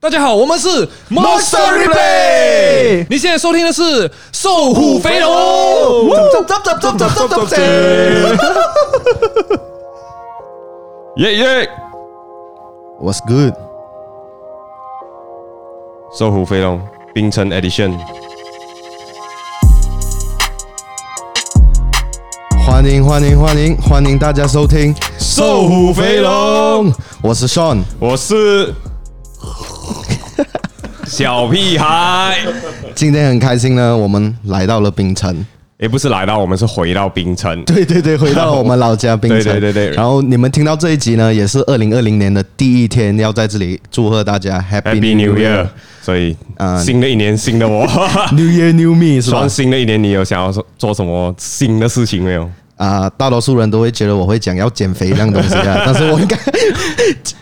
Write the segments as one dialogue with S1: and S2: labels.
S1: 大家好，我们是
S2: Monster Replay
S1: 你现在收听的是《瘦虎肥 龙》。
S2: 走走走走走走走。
S3: 耶耶！
S2: What's good？
S3: 搜狐飞龙冰城 Edition，
S2: 欢迎欢迎欢迎欢迎大家收听《
S3: 瘦虎肥龙》，
S2: 我是 Sean。
S3: 我是小屁 孩，
S2: 今天很开心呢，我们来到了冰 城。
S3: 也不是来到，我们是回到冰城。
S2: 对对对，回到我们老家冰城。
S3: 对对对对
S2: 然后你们听到这一集呢，也是二零二零年的第一天，要在这里祝贺大家 Happy
S3: Happy New Year！所呃以，
S2: 嗯
S3: 新的一年，新的 我。
S2: New Year New Me 是吧
S3: 双？新的一年，你有想要做做什么新的事情没有？
S2: 啊、大多数人都会觉得我会讲要减肥这样东西 啊，但是我应该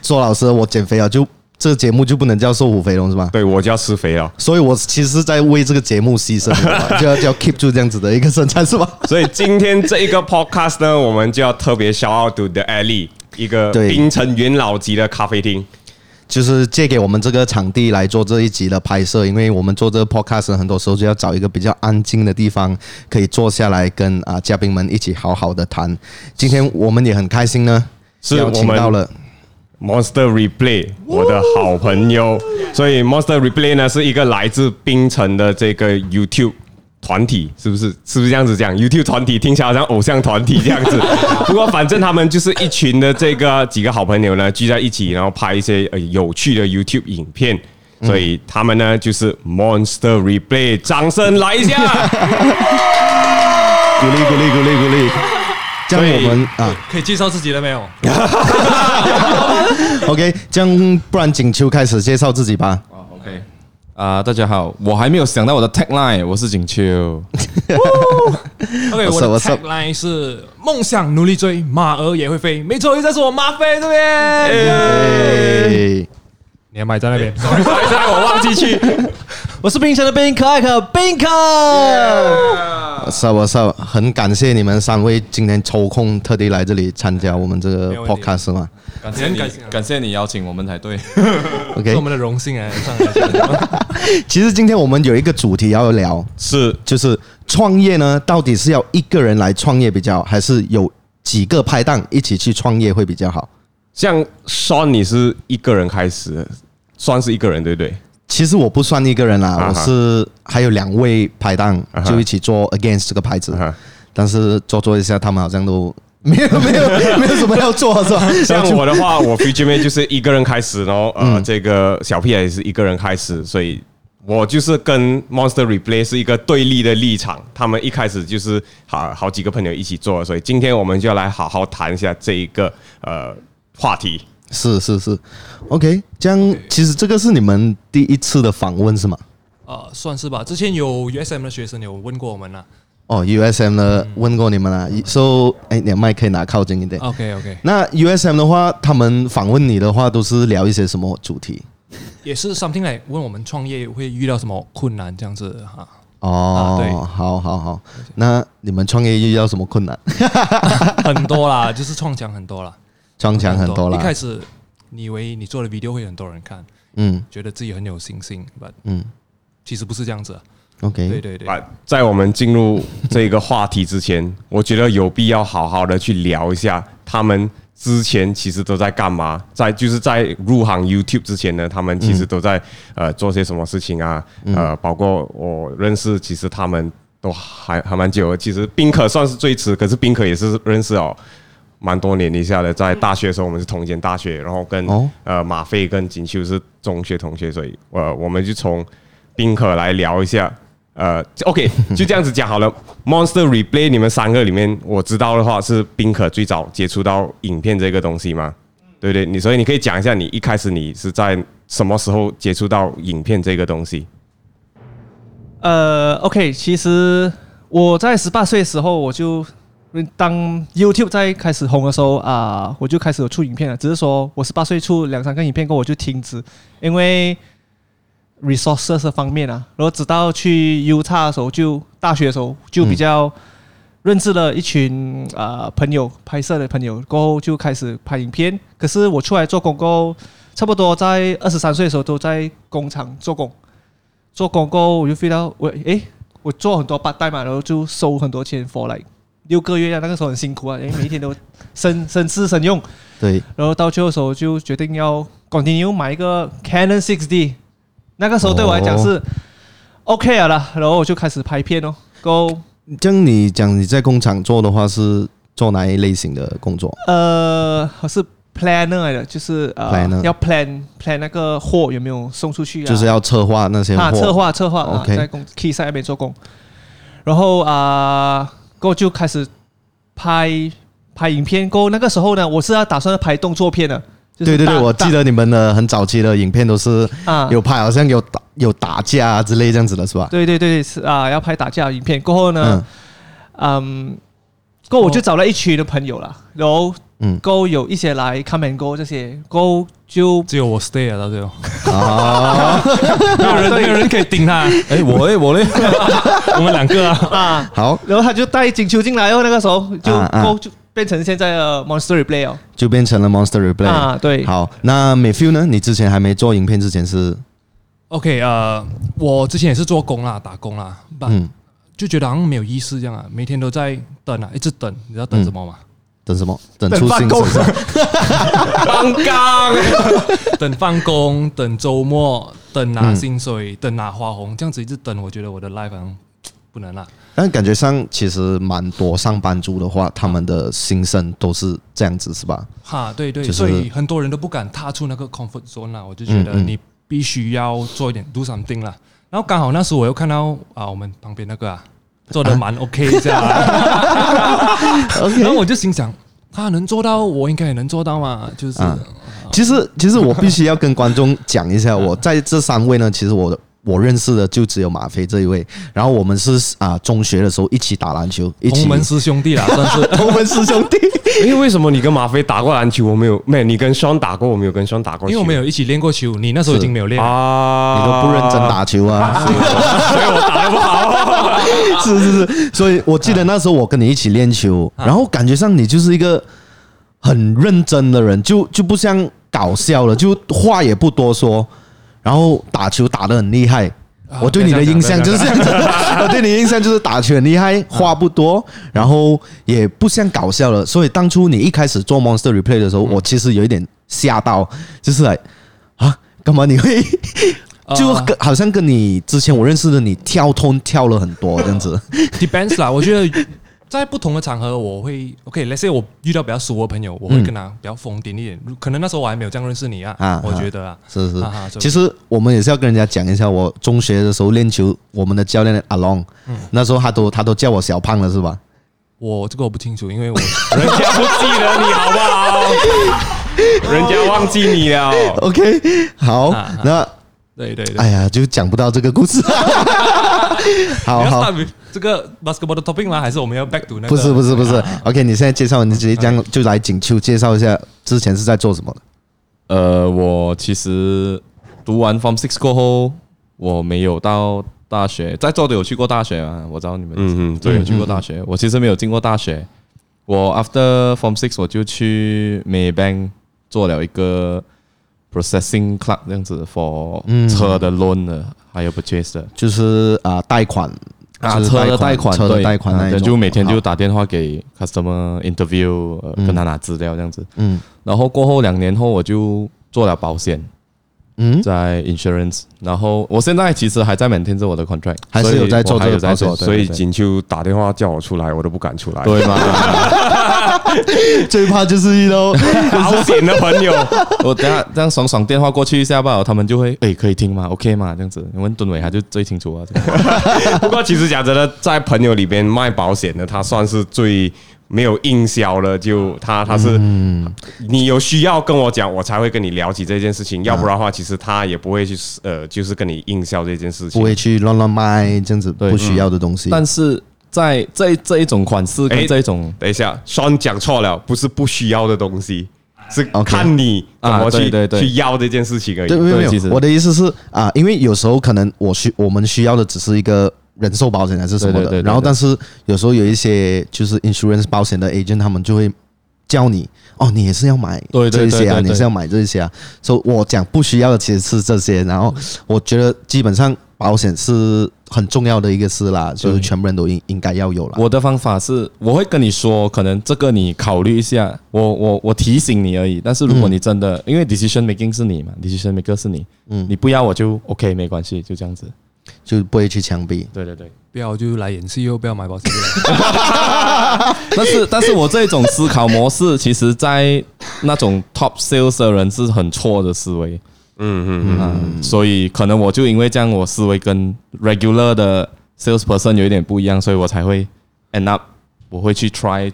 S2: 说老师，我减肥啊，就这节目就不能叫瘦虎肥龙是吧？
S3: 对我就要吃肥 了。
S2: 所以我其实是在为这个节目牺牲的嘛， 就要就要 keep 住这样子的一个身材是吧？
S3: 所以今天这一个 podcast 呢，我们就要特别 shout out to the alley，一个
S2: 对
S3: 冰城元老级的咖啡厅。
S2: 就是借给我们这个场地来做这一集的拍摄，因为我们做这个 podcast 很多时候就要找一个比较安静的地方，可以坐下来跟啊、嘉宾们一起好好的谈。今天我们也很开心呢，
S3: 是
S2: 邀请
S3: 我们
S2: 到了
S3: Monster Replay，我的好朋友。所以 Monster Replay 呢是一个来自槟城的这个 YouTube 团体，是不是？是不是这样子讲？YouTube 团体听起来好像偶像团体这样子。 不过反正他们就是一群的这个几个好朋友呢聚在一起，然后拍一些呃有趣的 YouTube 影片。所以他们呢就是 Monster Replay，掌声来一下！
S2: 鼓励鼓励鼓励鼓励，这
S3: 所
S2: 样
S3: 以
S2: 我们啊。
S1: 可以介绍自己了没有？
S2: OK，这样不然景秋开始介绍自己吧。
S4: OK，啊、大家好，我还没有想到我的 tagline，我是景秋。
S1: OK，
S2: What's
S1: 我的
S2: up, what's up?
S1: tagline 是梦想努力追，马儿也会飞。没错，又在是我马飞这边。
S2: 哎，
S1: 你的麦在那边。
S3: 我忘记 去，
S5: 我是冰城的冰可爱可冰可。
S2: 是啊，是啊，很感谢你们三位今天抽空特地来这里参加我们这个
S1: 没有问题
S2: podcast 嘛。
S4: 感
S1: 谢
S4: 谢
S1: 你
S4: 你
S1: 感谢啊，
S4: 感谢你邀请我们才对。
S2: OK，
S1: 是我们的荣幸哎，上来
S2: 其实今天我们有一个主题要聊，
S3: 是
S2: 就是创业呢，到底是要一个人来创业比较好，还是有几个拍档一起去创业会比较好？
S3: 像 Sean，你是一个人开始的，算是一个人对不对？
S2: 其实我不算一个人啦，
S3: 啊
S2: 我
S3: 哈
S2: 是还有两位拍档
S3: 啊哈
S2: 就一起做 Against 这个牌子
S3: 啊哈，
S2: 但是做做一下，他们好像都没有没有没有什么要做是吧？
S3: 像我的话，我 Future Man 就是一个人开始，然后呃，这个小屁孩也是一个人开始，所以我就是跟 Monster Replay 是一个对立的立场。他们一开始就是好好几个朋友一起做，所以今天我们就要来好好谈一下这一个呃话题。
S2: 是是是，OK，这样其实这个是你们第一次的访问是吗？
S1: 啊，算是吧。之前有 USM 的学生有问过我们啊了。
S2: 哦，USM 呢问过你们啦，so 哎，你的麦可以拿靠近一点。
S1: OK OK，
S2: 那 USM 的话，他们访问你的话，都是聊一些什么主题？
S1: 也是 something 来问我们创业会遇到什么困难这样子哈。啊
S2: 哦，
S1: 对
S2: 好好好。那你们创业遇到什么困 难？
S1: 很多啦， 就是撞墙很多啦，
S2: 撞墙很多啦。
S1: 一开始你以为你做的 video 会很多人看，
S2: 嗯
S1: 觉得自己很有信心，but
S2: 嗯
S1: 其实不是这样子啊。
S2: ，OK，
S1: 对对对，
S3: 啊，在我们进入这个话题之前，我觉得有必要好好的去聊一下他们之前其实都在干嘛，在就是在入行 YouTube 之前呢，他们其实都在、呃做些什么事情啊，呃，包括我认识，其实他们都还还蛮久的。其实宾可算是最迟，可是宾可也是认识哦。蛮多年一下的，
S1: 嗯
S3: 在大学的时候我们是同一间大学，然后跟、
S2: 哦
S3: 呃马飞跟锦绣是中学同学，所以呃我们就从宾可来聊一下。呃就，OK，就 这样子讲好了。Monster Replay，你们三个里面，我知道的话是宾可最早接触到影片这个东西嘛，对不对？你所以你可以讲一下，你一开始你是在什么时候接触到影片这个 东西？
S5: 呃，OK，其实我在十八岁的时候，我就嗯当 YouTube 在开始红的时候啊、我就开始有出影片了。只是说我十八岁出两三个影片过后，我就停止，因为 resources 方面啊，然后直到去 U 叉的时候，就大学的时候就比较认识了一群啊、呃朋友，拍摄的朋友，过后就开始拍影片。可是我出来做广告，差不多在二十三岁的时候都在工厂做工，做工过后我就飞到我诶，我做很多 part time 啊嘛，然后就收很多钱 for like 六个月啊，那个时候很辛苦啊，因为每一天都省省吃省用，
S2: 对，
S5: 然后到最后的时候就决定要 continue 买一个 Canon 6D，那个时候对我来讲
S2: 哦
S5: 是 OK 了啦，然后我就开始拍片哦，够
S2: 这样你讲你在工厂做的话是做哪一类型的工作？
S5: 呃是 planner 来的，就是呃
S2: Planner
S5: 要 plan plan 那个货有没有送出去啊，
S2: 就是要策划那些货，
S5: 啊策划策划啊
S2: OK
S5: 在工 Key 赛那边做工，然后啊过后就开始拍拍影片，过后那个时候呢我是要打算拍动作片的，就是
S2: 对对对，
S5: 大
S2: 我记得你们的很早期的影片都是
S5: 大啊
S2: 有拍，好像有打有打架啊之类这样子的是吧？嗯
S5: 对对对，是啊，要拍打架的影片。过后呢，嗯，过后我就找了一群的朋友啦，然后
S2: 嗯
S5: 过后有一些来 come and go 这些，过后就
S1: 只有我 stay 了到最后，
S2: 嗯，啊，
S1: 没有人没有人可以顶他，
S4: 哎，我嘞我嘞，
S1: 我们两个啊，
S5: 啊，
S2: 好，
S5: 然后他就带金球进来哦，那个时候就
S2: 啊啊
S5: 过后就变成现在的 Monster Replay 哦，
S2: 就变成了 Monster Replay。
S5: 啊对，
S2: 好，那 m a y f e w 呢？你之前还没做影片之前是
S1: OK，呃，我之前也是做工啦，打工啦，嗯
S2: 嗯，
S1: 就觉得好像没有意思这样啊，每天都在等啊，一直等，你知道等什么吗？
S2: 等什么？等
S5: 等
S2: 出
S5: 办
S2: 新
S5: 公
S2: 是吧
S1: 放岗， 等放 工，等周末，等
S2: 嗯
S1: 拿薪水，等拿花红，这样子一直等，我觉得我的 life 好像不能啦。
S2: 但感觉上其实蛮多上班族的话，他们的心声都是这样子，是吧？
S1: 哈，对对，
S2: 就是
S1: 所以很多人都不敢踏出那个 comfort zone 啦。我就觉得
S2: 嗯嗯
S1: 你必须要做一点 do something 啦。然后刚好那时我又看到啊，我们旁边那个啊，做的蛮 OK 这样啊，然后我就心想，他能做到，我应该也能做到嘛，就是
S2: 啊 其实，其实我必须要跟观众讲一 下，我在这三位呢，其实我我认识的就只有马飞这一位，然后我们是啊、中学的时候一起打篮球，一起
S1: 同门师兄弟啦，算 是
S2: 同门师兄弟，
S3: 因为为什么你跟马飞打过篮球，我没有？没有，你跟双打过，我没有跟双打过
S1: 因
S3: 球，
S1: 为我们有一起练过球，你那时候已经没有练了，
S3: 啊，
S2: 你都不认真，打球啊，
S3: 所以我打得不好。
S2: 是是是，所以我记得那时候我跟你一起练球，
S1: 啊
S2: 然后感觉上你就是一个很认真的人，就就不像搞笑了，就话也不多说，然后打球打得很厉害。
S3: 啊
S2: 我对你的印象就是这样子， 我对你的印象就是打球很厉害，话不多，然后也不像搞笑了。所以当初你一开始做 Monster Replay 的时
S3: 嗯
S2: 候，我其实有一点吓到，就是来啊，干嘛你会
S1: 呃
S2: 就跟好像跟你之前我认识的你跳通跳了很多这样
S1: 啊
S2: 子。
S1: depends 啦，我觉得。在不同的场合，我会 OK，let's、say 我遇到比较熟的朋友，我会
S2: 嗯
S1: 跟他比较疯癫一点。可能那时候我还没有这样认识你啊，
S2: 啊
S1: 我
S2: 啊
S1: 觉得啊，
S2: 是是
S1: 啊哈，
S2: 其实我们也是要跟人家讲一下，我中学的时候练球，我们的教练阿龙，
S1: 嗯
S2: 那时候他都他都叫我小胖了，是吧？
S1: 我这个我不清楚，因为我
S3: 人家不记得你好不好？人家忘记你了。
S2: OK，好，
S1: 啊
S2: 那
S1: 对对对，
S2: 哎呀，就讲不到这个故事。
S1: 你
S2: 好
S1: 要
S2: 好，
S1: start with 这个 basketball 的 topic 吗？还是我们要 back to 那个？
S2: 不是不是不
S1: 啊
S2: 是，OK，你现在介绍，你直接这样就来景秋介绍一下之前是在做什么的。
S4: 呃，我其实读完 Form Six 过后，我没有到大学，在座的有去过大学啊？我知道你们，
S3: 嗯嗯对
S4: 有去过大学。我其实没有进过大学，我 after Form Six 我就去 Maybank 做了一个 processing clerk 这样子 for 车的 loan 的，还有 purchase 的。
S2: 就是啊、贷款
S4: 啊，
S2: 就是
S4: 车的贷款，
S2: 车的
S4: 对
S2: 贷款
S4: 啊
S2: 那一
S4: 对
S2: 种，
S4: 就每天就
S2: 好
S4: 打电话给 customer interview，、呃跟他拿资料这样子。
S2: 嗯
S4: 然后过后两年后我就做了保险，
S2: 嗯，
S4: 在 insurance，然后我现在其实还在 maintain 着我的 contract，
S2: 还是
S4: 所以
S2: 有在做
S4: 我还
S2: 这
S4: 有
S2: 个
S4: 在做，
S2: process，
S4: 对
S3: 所以
S4: 对
S3: 锦秋打电话叫我出来，我都不敢出来。
S4: 对嘛？
S2: 最怕就是一喽。
S3: 保险的朋友，
S4: 我等下这样爽爽电话过去一下吧，他们就会诶可以听吗？OK 吗？这样子，你问敦伟他就最清楚啊。这个
S3: 不过其实讲真的，在朋友里边卖保险的，他算是最没有硬销了。就
S4: 嗯
S3: 他他是，你有需要跟我讲，我才会跟你聊起这件事情。要不然的话，其实他也不会去呃，就是跟你硬销这件事 情。
S2: 不会去乱乱卖这样子
S4: 对嗯
S2: 不需要的东西。
S4: 但是在这这一种款式跟
S3: 诶
S4: 这一种
S3: 等一下双讲错了，不是不需要的东西，是
S2: OK
S3: 看你怎么去、
S4: 啊对对对
S3: 去要这件事情而已。
S2: 对，没有
S4: 对
S2: 没
S4: 其
S2: 有
S4: 实，
S2: 我的意思是啊，因为有时候可能我需我们需要的只是一个人寿保险还是什么
S4: 对对对
S2: 的，
S4: 对
S2: 然后但是有时候有一些就是 insurance 保险的 agent 他们就会叫你哦，你也是要买
S6: 对对
S2: 这
S6: 对
S2: 些啊，
S6: 对对
S2: 你是要买这些啊。所以我讲不需要的其实是这些，然后我觉得基本上保险是很重要的一个事啦，就是全部人都应应该要有啦。
S4: 我的方法是，我会跟你说，可能这个你考虑一下，我我我提醒你而已。但是如果你真的，因为 decision making 是你嘛，decision maker 是你，
S2: 嗯
S4: 你不要我就 OK，没关系，就这样子。
S2: 就不会去枪毙。
S4: 对对对。
S1: 不要就来演戏又不要买保险了。
S4: 但是，但是我这种思考模式，其实在那种 top sales 的人是很错的思维。
S3: 嗯嗯嗯，
S4: 嗯，所以可能我就因为这样，我思维跟 regular 的 salesperson 有一点不一样，所以我才会 end up 我会去 try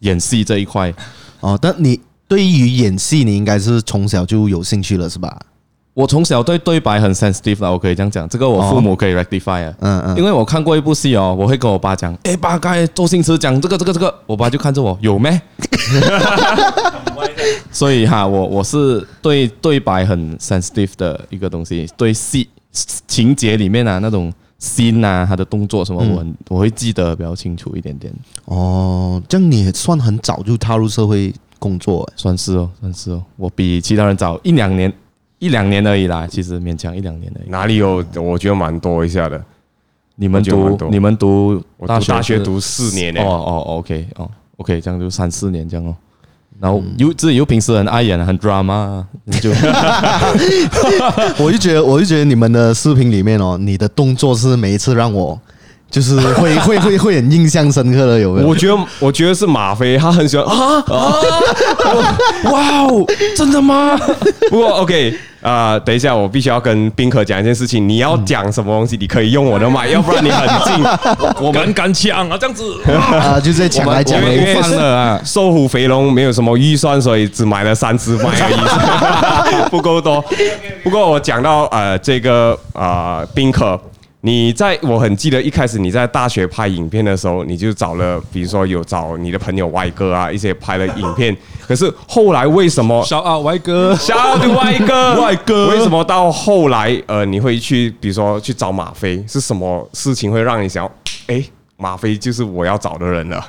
S4: 演戏这一块。
S2: 哦，但你对于演戏，你应该是从小就有兴趣了，是吧？
S4: 我从小对对白很 sensitive 啦，我可以这样讲，这个我父母可以 rectify 啊。
S2: 哦嗯嗯
S4: 因为我看过一部戏哦，我会跟我爸讲，诶，爸，刚才周星驰讲这个这个这个，我爸就看着我，有咩？所以哈，我我是对对白很 sensitive 的一个东西，对戏情节里面啊那种 scene 啊，他的动作什么，
S2: 嗯
S4: 我很我会记得比较清楚一点点，
S2: 哦，这样你算很早就踏入社会工作欸，
S4: 算是哦，算是哦，我比其他人早一两年一两年而已啦，其实勉强一两年而已。
S3: 哪里有？我觉得蛮多一下的。
S4: 你们
S3: 我觉得蛮
S4: 读
S3: 多
S4: 你们读
S3: 我
S4: 大
S3: 读
S4: 学
S3: 大学
S4: 是
S3: 读四年呢、
S4: 哦哦哦，OK，哦，OK，这样就三四年这样哦。然
S5: 嗯
S4: 后又自己又平时很爱演，很 drama，啊 就
S2: 我就觉得，我就觉得你们的视频里面哦，你的动作是每一次让我就是会会会会很印象深刻的，有没有
S3: 我？觉得，我觉得是马飞，他很喜欢啊啊！我哇哦，真的 吗？不过 OK 啊、等一下，我必须要跟宾客讲一件事情。你要讲什么东西，你可以用我的麦，要不然你很近。
S6: 我们敢抢啊，这样子。
S2: 啊，就在抢来抢
S3: 我们
S2: 去
S3: 因为
S4: 放了啊。
S3: 瘦虎肥龙没有什么预算，所以只买了三只麦而已， 不够多。不过我讲到呃这个呃宾客，你在我很记得一开始你在大学拍影片的时候，你就找了，比如说有找你的朋友歪哥啊一些拍了影片，可是后来为什 么？
S1: 小啊，歪哥，
S3: 小的歪哥，歪哥，为什么到后来呃你会去，比如说去找马飞，是什么事情会让你想要，哎，马飞就是我要找的人了？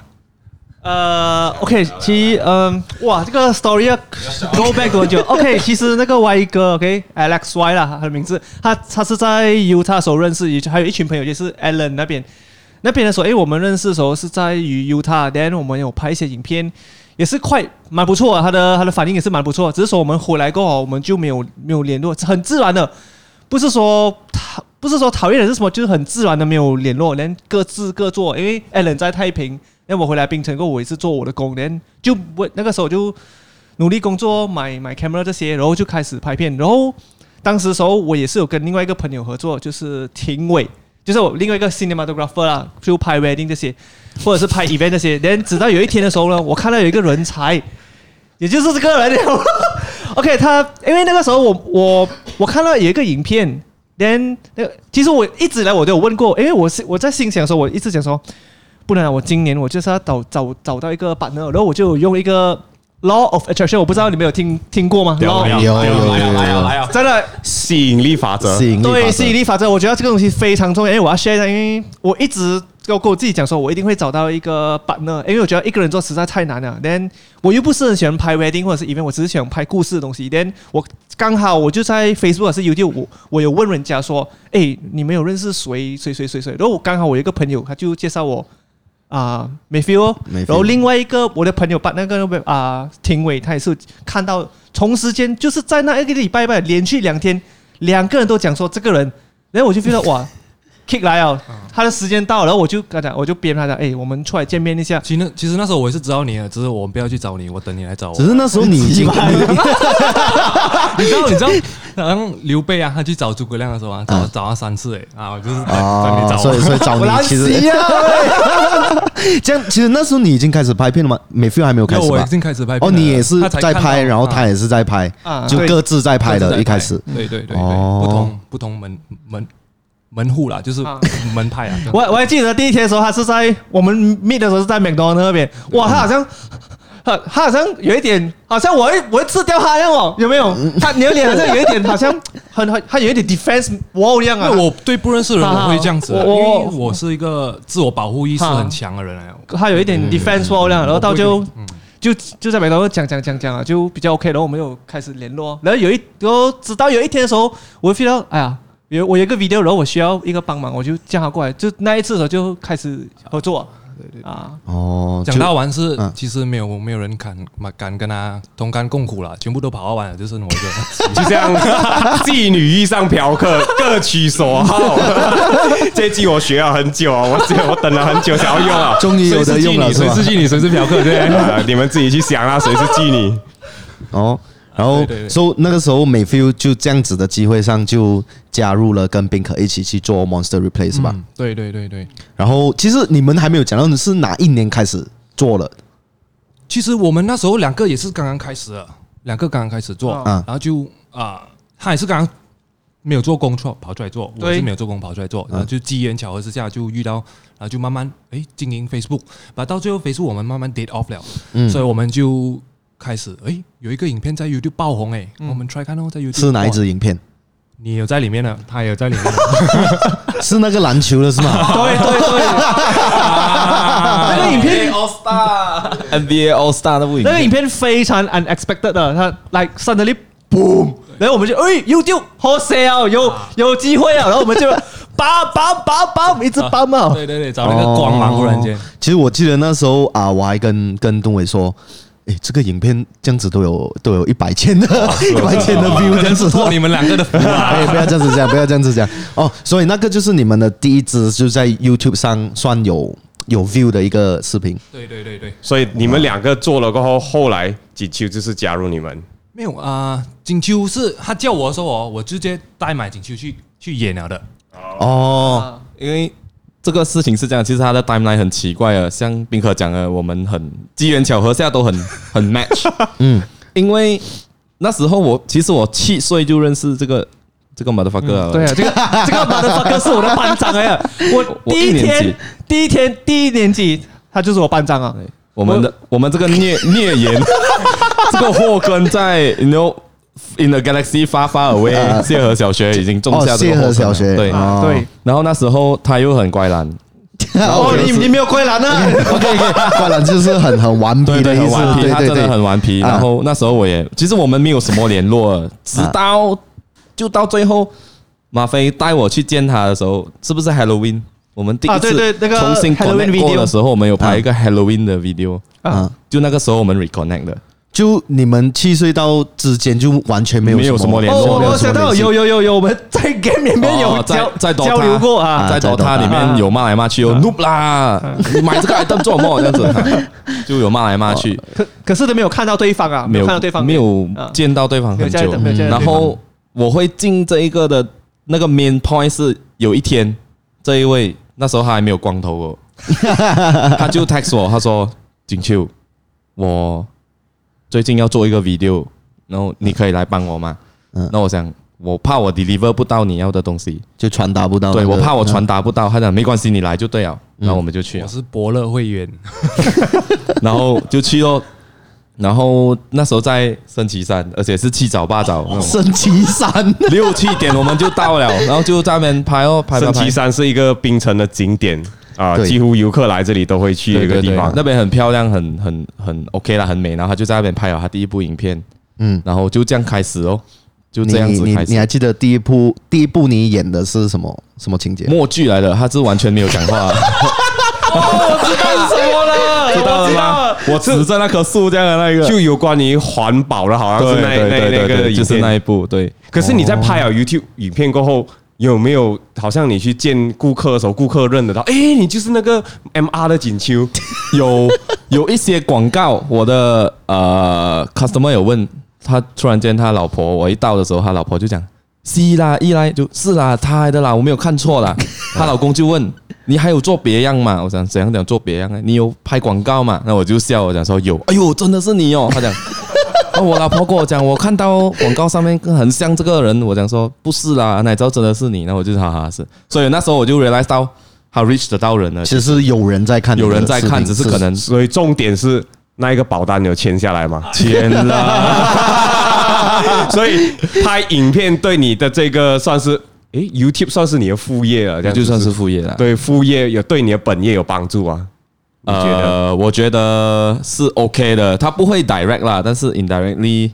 S5: 呃，OK，其实嗯，哇，这个 story 要 go back 多久？OK，其实那个 Y 哥，OK，Alex Y 啦，他的名字，他他是在 Utah 的时候认识，以及还有一群朋友，就是 Alan 那边那边的时候，诶，我们认识的时候是在于 Utah，then 我们有拍一些影片，也是快蛮不错的，啊他的他的反应也是蛮不错，只是说我们回来过后，我们就没有没有联络，很自然的，不是说讨不是说讨厌人是什么，就是很自然的没有联络，连各自各做。因为 Allen 在太平，那我回来槟城过后，我也是做我的工，连就我那个时候就努力工作，买买 camera 这些，然后就开始拍片。然后当时的时候，我也是有跟另外一个朋友合作，就是廷伟，就是我另外一个 cinematographer 啦，就拍 wedding 这些，或者是拍 event 这些。连直到有一天的时候呢，我看到有一个人才，也就是这个人了。OK，他因为那个时候我我我看到有一个影片，then 那个其实我一直以来我都有问过，因为我是我在心想说，我一直想说，不能、啊，我今年我就是要找找找到一个版 r 然后我就用一个 law of attraction，我不知道你们有听听过吗？law
S2: 有有有有有
S5: 真的
S3: 吸引力法则，
S2: 吸引力法则，
S5: 对吸引力法则，我觉得这个东西非常重要，因为我要 share 一下，因为我一直要跟我自己讲说，我一定会找到一个 partner，因为我觉得一个人做实在太难了。then 我又不是很喜欢拍 wedding 或者是 event，我只是喜欢拍故事的东西。then 我刚好我就在 Facebook 还是 YouTube，我我有问人家说，哎，你们有认识谁谁谁谁谁？然后我刚好我有一个朋友，他就介绍我。啊，没 feel 哦。
S2: Mayfield
S5: 然后另外一个我的朋友把那个啊廷伟，他也是看到同时间就是在那一个礼拜吧，连续两天，两个人都讲说这个人，然后我就 feel 到哇 ，kick 来哦，他的时间到了，然后我就跟他讲，我就编他讲，哎，我们出来见面一下。
S1: 其实其实那时候我也是知道你的，只是我不要去找你，我等你来找我。
S2: 只是那时候你已经，
S1: 你知道你知道，然后刘备啊，他去找诸葛亮的时候啊，找找他三次哎啊，就是等你
S2: 啊，
S1: 找
S2: 所以
S1: 我。
S2: 所以找你其实这样，其实那时候你已经开始拍片了吗？美菲还没有开
S1: 那
S2: 始
S1: 我
S2: 吧
S1: 已？经开始拍片
S2: 哦，
S1: 了
S2: 你也是
S1: 他才
S2: 在
S1: 看
S2: 拍，
S1: 到
S2: 然后
S1: 啊
S2: 他也是在拍，
S5: 啊
S2: 就
S5: 对
S2: 各自在拍的。一开始，
S1: 对对对对，
S2: 哦
S1: 不同不同门门门户啦，就是
S5: 啊
S1: 门派 啊。
S5: 我我还记得第一天的时候，他是在我们 meet 的时候是在麦当那边，
S1: 嗯
S5: 哇，他好像。他他好像有一点，好像我会我会吃掉他一样哦，有没有？
S1: 嗯
S5: 他你的脸好像有一点，好像很很他有一点 defense wall 一样啊。
S1: 因为我对不认识的人我会这样子啊，因
S5: 我
S1: 为
S5: 我
S1: 我是一个自我保护意识很强的人来。啊嗯
S5: 他有一点 defense wall 啊量，然后到就就就在麦当劳讲讲讲讲啊，就比较 OK。然后我们有开始联
S1: 嗯
S5: 络，然后有一，然后直到有一天的时候，我就 feel 到，哎呀，有我有一个 video，然后我需要一个帮忙，我就叫他过来。就那一次的时候就开始合作啊，
S2: 哦，
S1: 讲到完是
S2: 嗯，
S1: 其实没有没有人敢嘛敢跟他同甘共苦了，全部都跑到完了，就剩我一个。
S3: 就像 妓女遇上嫖客，各取所好。 这句我学了很久啊，我只我等了很久想要用 啊，
S2: 终于有得用了
S1: 谁
S2: 是
S1: 是
S2: 吧
S1: 妓女，谁是嫖客，对不对？
S3: 啊你们自己去想啊，谁是妓女？
S2: 哦，然后
S1: 对对对
S2: 所以那个时候美 feel 就这样子的机会上就加入了跟宾可一起去做 Monster Replay 是吧？
S1: 嗯对对对对，
S2: 然后其实你们还没有讲到你是哪一年开始做了
S1: 其实我们那时候两个也是刚刚开始的，两个刚刚开始做，
S5: 哦
S1: 然后就啊，他也是刚刚没有做工错跑出来做，我
S5: 对
S1: 是没有做工跑出来
S2: 啊
S1: 做，然后就机缘巧合之下就遇到，然后就慢慢诶经营 Facebook，把到最后 Facebook 我们慢慢 date off 了，
S2: 嗯
S1: 所以我们就开始诶有一个影片在 YouTube 爆红诶，
S2: 嗯
S1: 我们 try 看哦，在 YouTube
S2: 是哪一
S1: 哇？
S2: 支影片？
S1: 你有在里面的，他也有在里面 的，
S2: 是那个篮球的是吗？
S5: 对对对，那个影片
S6: All Star，
S4: NBA All Star 那部影
S5: 那个影
S4: 片，
S5: 片非常 unexpected 的，它 like suddenly boom，然后我们就哎 YouTube for sale 有有机会啊，然后我们就叭叭叭叭一直啊叭嘛，
S1: 对对对， 找那个光芒，忽然间
S2: 哦，其实我记得那时候啊，我还跟跟东伟说。诶，这个影片这样子都有都有一百千的， 一百千的 view 这样子，
S1: 托你们两个的福啊，
S2: 哎，不要这样子讲，不要这样子讲哦。所以那个就是你们的第一支，就在 YouTube 上算有有 view 的一个视频。
S1: 对对对对。
S3: 所以你们两个做了过后，后来锦秋就是加入你们。
S1: 没有啊，锦、秋是他叫我的时候哦，我直接代买锦秋去去演了的。
S2: 哦，
S4: 因为这个事情是这样，其实它的 timeline 很奇怪的，像宾客讲的，啊我们很机缘巧合下都很很 match，
S2: 嗯，
S4: 因为那时候我其实我七岁就认识这个这个 motherfucker，了
S5: 对啊，这个这个 motherfucker 是我的班长哎呀，我
S4: 我
S5: 第一
S4: 一年
S5: 天
S4: 级
S5: 第一天第一年级他就是我班长啊，
S4: 我们的我们这个 孽孽缘，这个祸根在 you know in the galaxy far far away 谢河小学已经种下
S2: 啊哦，
S4: 这个
S2: 谢
S4: 祸根
S2: 和
S4: 了。
S2: 小学，
S4: 对，
S2: 哦
S5: 啊对，
S4: 然后那时候他又很乖懒，
S5: 哦你你没有归篮啊，
S2: OK OK，灌篮就是很很顽皮的
S4: 很
S2: 意思
S4: 顽，皮，
S2: 对
S4: 他真
S2: 对
S4: 的很
S2: 对。
S4: 顽皮。
S2: 啊
S4: 然后那时候我也，其实我们没有什么联络，直到就到最后，马飞带我去见他的时候，是不是 Halloween？我们第一
S5: 啊对对
S4: 次
S5: 那个
S4: 重新
S5: Halloween
S4: connect 过
S5: video
S4: 的时候，我们有拍一
S2: 啊
S4: 个 Halloween 的 video，
S2: 嗯，
S5: 啊
S4: 就那个时候我们 reconnect 的。
S2: 就你们七岁到之间就完全没有
S4: 没有什么联
S5: 哦
S4: 络
S2: 没
S5: 我
S2: 有
S5: 我
S2: 什么
S5: 想到
S2: 联系
S5: 有有有有我们在 game 里面有
S4: 哦在
S5: 交
S4: 在 Dota
S5: 交流过啊
S2: 啊，
S4: 在
S2: 在
S4: Dota
S2: Dota
S4: 里面有骂来骂去，有 noob 啦，你买这个 item 做什么？这样子，就有骂来骂去，
S5: 可可是都没有看到对方啊，
S4: 没
S5: 没有
S4: 有
S5: 看到对方，
S4: 没有
S5: 啊
S4: 见到对方
S5: 没有
S4: 很
S5: 见
S4: 久嗯
S5: 到没有见。到
S4: 然
S5: 对方
S4: 后我会进这一个的那个 main point 是有一天，这一位那时候他还没有光头哦，他就 text 我，他说：“锦秋，我最近要做一个 video，然后你可以来帮我吗？”
S2: 嗯
S4: 那我想。我怕我 deliver 不到你要的东西，
S2: 就传达不到那
S4: 对
S3: 嗯
S2: 个。嗯
S4: 我怕我传达不到。他讲没关系，你来就对了，啊然后我们就去了
S1: 我。是伯乐会员，
S4: 然后就去咯，然后那时候在升旗山，而且是七早八早 那种，
S2: 升旗山，
S4: 六七点我们就到了，然后就在那边拍哦，拍拍
S3: 升旗
S4: 拍。
S3: 山是一个冰城的景点啊，
S2: 对
S3: 几乎游客来这里都会去的
S4: 对
S3: 一个
S4: 对
S3: 地
S4: 对
S3: 方，。
S4: 那边很漂亮，很很很 OK 啦，很美。然后他就在那边拍了他第一部影片，
S2: 嗯，
S4: 然后就这样开始哦， 就
S2: 你
S4: 这样子
S2: 你
S4: 开
S2: 你
S4: 始。
S2: 还记得第一部第一部你演的是什么什么情节？
S4: 默剧来了，他是完全没有讲 话，
S5: 什么了，
S4: 知道了吗？我指着那棵树这样的那一个，
S3: 就有关于环保的，好像
S4: 对
S3: 是那
S4: 对
S3: 那
S4: 对
S3: 那
S4: 对
S3: 个
S4: 对，
S3: 影
S4: 就是那
S3: 片。
S4: 一部，对。
S3: 可是你在拍
S4: 哦
S3: 了 YouTube 影片过后，有没有好像你去见顾客的时候，顾客认得到？诶，你就是那个 MR 的锦秋，
S4: 有 有一些广告，我的呃 customer 有问他，突然间他老婆，我一到的时候，他老婆就讲是啦，一来就是啦，他的啦，我没有看错 啦。她老公就问你还有做别样吗？我想怎样讲做别样呢？啊你有拍广告吗？那我就笑，我讲说有，哎呦，真的是你哦。他 讲。啊！我老婆跟我讲，我看到广告上面很像这个人，我讲说不是啦，哪知道真的是你？那我就哈哈是，所以那时候我就 realize 到他 reach 得到人了，
S2: 其实有人在看你的
S4: 有
S2: 视频，
S4: 人在看，只是可能
S3: 所以重点是那一个保单有签下来 吗？
S4: 签啦，
S3: 所以拍影片对你的这个算是，诶 y o u t u b e 算是你的副业了，这样子
S4: 就算是副业啦。，
S3: 对副业有对你的本业有帮助啊。你觉得
S4: 呃，我觉得是 OK 的，他不会 direct 啦，但是 indirectly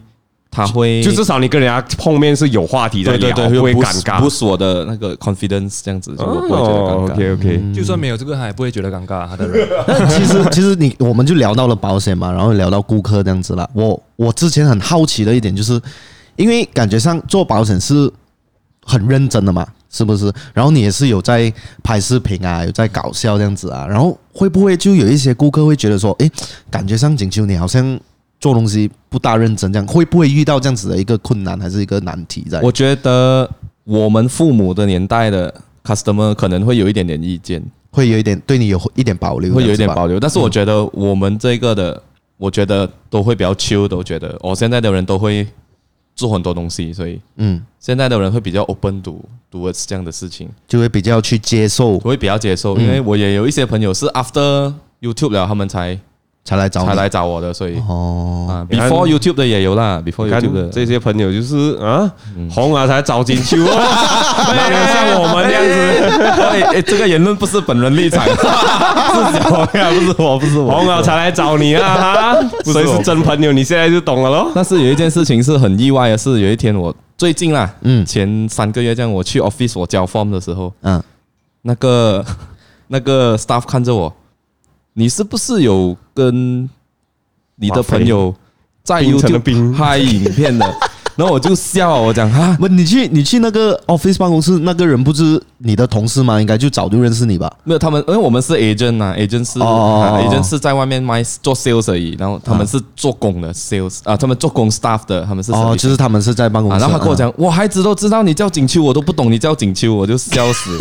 S4: 他会
S3: 就至少你跟人家碰面是有话题的
S4: 对对
S3: 聊，
S4: 对，
S3: 不会
S4: 不
S3: 尴尬哦
S4: 不。是我的那个 confidence 这样子，所以我不会觉得尴尬。嗯
S3: OK OK，
S1: 就算没有这个，他也不会觉得尴尬。他的
S4: 哦
S1: 人
S2: 那其实 其实你我们就聊到了保险嘛，然后聊到顾客这样子了。我我之前很好奇的一点就是，因为感觉上做保险是很认真的嘛，是不是？然后你也是有在拍视频啊，有在搞笑这样子啊，然后会不会就有一些顾客会觉得说，诶，感觉上景秋你好像做东西不大认真这样，会不会遇到这样子的一个困难还是一个难题在？
S4: 我觉得我们父母的年代的 customer 可能会有一点点意见，
S2: 会有一点对你有一点保留，
S4: 会有一点
S2: 这样子吧
S4: 保留，但是我觉得我们这个的，我觉得都会比较 chill，都觉得哦，现在的人都会做很多东西，所以
S2: 嗯，
S4: 现在的人会比较 open to towards 这样的事情。
S2: 就会比较去接受
S4: 我会比较接
S3: 嗯
S4: 受，因为我也有一些朋友是 after YouTube 了，他们才
S2: 才来找你
S4: 才来找我的，所以
S2: 哦。
S4: 啊
S3: 哦你看
S4: ，before YouTube 的也有啦，before
S3: 你看
S4: YouTube 的
S3: 这些朋友就是啊，
S4: 嗯
S3: 红了才找进去哦，哪有像我们这样子，
S4: 哎哎，这个言论不是本 人立场，是小呀，哎不是我，不是
S3: 红
S4: 我。
S3: 了才来找你啊， 哈，所以是真朋友，你现在就懂了咯。
S4: 但是有一件事情是很意外的是，有一天我最近啦，
S2: 嗯
S4: 嗯，前三个月这样，我去 office 我交 form 的时候，
S2: 嗯，
S4: 那个那个 staff 看着我，你是不是有跟你的朋友在
S3: 冰城的
S4: YouTube
S3: 冰
S4: 拍影片的？ 然后我就笑，我讲哈，
S2: 不，你去你去那个 office 办公室，那个人不是你的同事吗？应该就早就认识你吧？
S4: 没有他们，因为我们是 agent 啊，agent 是、
S2: 哦哦
S4: 啊
S2: 哦
S4: agent 是在外面卖做 sales 而已，然后他们是做工的 sales 啊，他们做工 staff 的，他们是
S2: 哦，就是他们是在办公室。
S4: 啊，然后他跟我讲，我孩子都知道你叫景秋，我都不懂你叫景秋，我就笑死。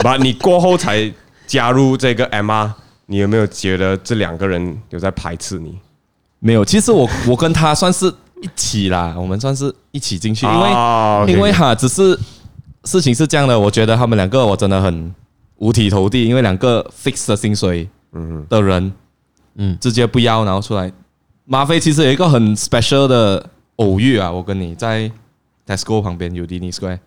S3: 把你过后才加入这个 M R，你有没有觉得这两个人有在排斥你？
S4: 没有，其实我我跟他算是一起啦，我们算是一起进去，
S2: 哦
S4: 因为、
S3: 啊，OK，
S4: 因为哈，只是事情是这样的，我觉得他们两个我真的很五体投地，因为两个 fix 的薪水
S3: 嗯，
S4: 的人，
S2: 嗯
S4: 嗯，直接不要，然后出来。马飞其实有一个很 special 的偶遇啊，我跟你在 Tesco 旁边有 d i n i Square，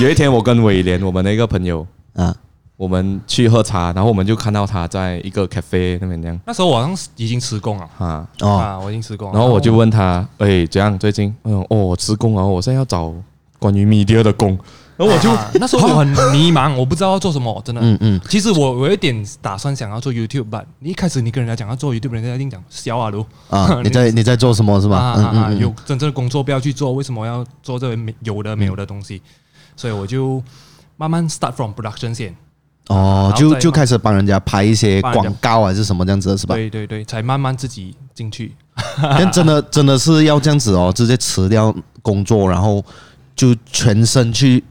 S4: 有一
S3: 哦
S4: 天我跟伟廉，我们的一个朋友，
S2: 啊，
S4: 我们去喝茶，然后我们就看到他在一个 cafe 那边这样
S1: 那时啊候我好像是已经辞工了
S4: 啊，
S2: 哦，
S1: 啊，我已经辞工了。
S4: 然后我就问他，哎，怎样最近？嗯，哦，我辞工啊，我现在要找关于 media 的工。然后我就、
S1: 啊那时候我很迷茫，我不知道要做什么，真的。
S2: 嗯嗯，
S1: 其实我我有一点打算想要做 YouTube，但你一开始你跟人家讲要做 YouTube，人家一定讲小啊卢
S2: 啊，你在你在做什么是
S1: 啊
S2: 吧？
S1: 啊
S2: 嗯
S1: 啊！
S2: 嗯
S1: 有真正的工作不要去做，为什么要做这没有的没有的东西？所以我就慢慢 start from production 先，
S2: 嗯，
S1: 然，
S2: 哦
S1: 后
S2: 就
S1: 再
S2: 就开始帮人家拍一些
S1: 帮人家
S2: 广告还是什么这样子的是吧？
S1: 对对对，才慢慢自己进去。
S2: 但真的真的是要这样子哦，直接辞掉工作，然后就全身去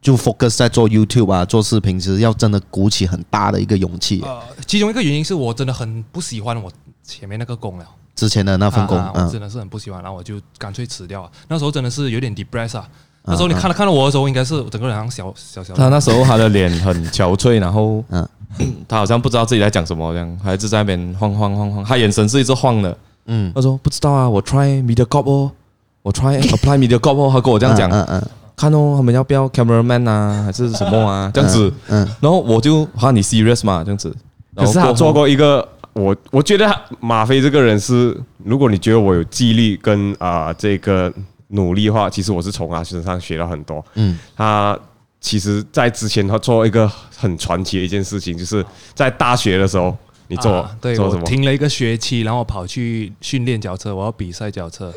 S2: 就 focus 在做 YouTube 啊，做视频，其实要真的鼓起很大的一个勇气。啊
S1: 呃，其中一个原因是我真的很不喜欢我前面那个工了。
S2: 之前的那份工，
S1: 啊啊我
S2: 嗯
S1: 真的是很不喜欢，然后我就干脆辞掉了。那时候真的是有点 depress 啊。那时候你看到看到我的时候，应该是整个人好像小小小
S4: 他
S1: 的。
S4: 那时候他的脸很憔悴，然后
S2: 嗯
S4: 嗯，他好像不知道自己在讲什么，这样还是在那边晃晃晃晃，他眼神是一直晃的。
S2: 嗯，
S4: 他说不知道啊，我 try media cop 哦，我 try apply media cop 哦，他跟我这样讲，
S2: 嗯嗯嗯
S4: 看哦，他们要不要 cameraman 啊，还是什么啊，这样子。
S2: 嗯。
S4: 然后我就哈你 serious 嘛，这样子。
S3: 可
S4: 然后
S3: 是他
S4: 后
S3: 做过一个，我我觉得他马飞这个人是，如果你觉得我有纪律跟啊、这个努力的话，其实我是从他身上学到很多。
S2: 嗯，
S3: 他其实在之前他做一个很传奇的一件事情，就是在大学的时候，你做、
S1: 啊对
S3: 做什
S1: 我
S3: 么？
S1: 停了一个学期，然后我跑去训练脚车，我要比赛脚车。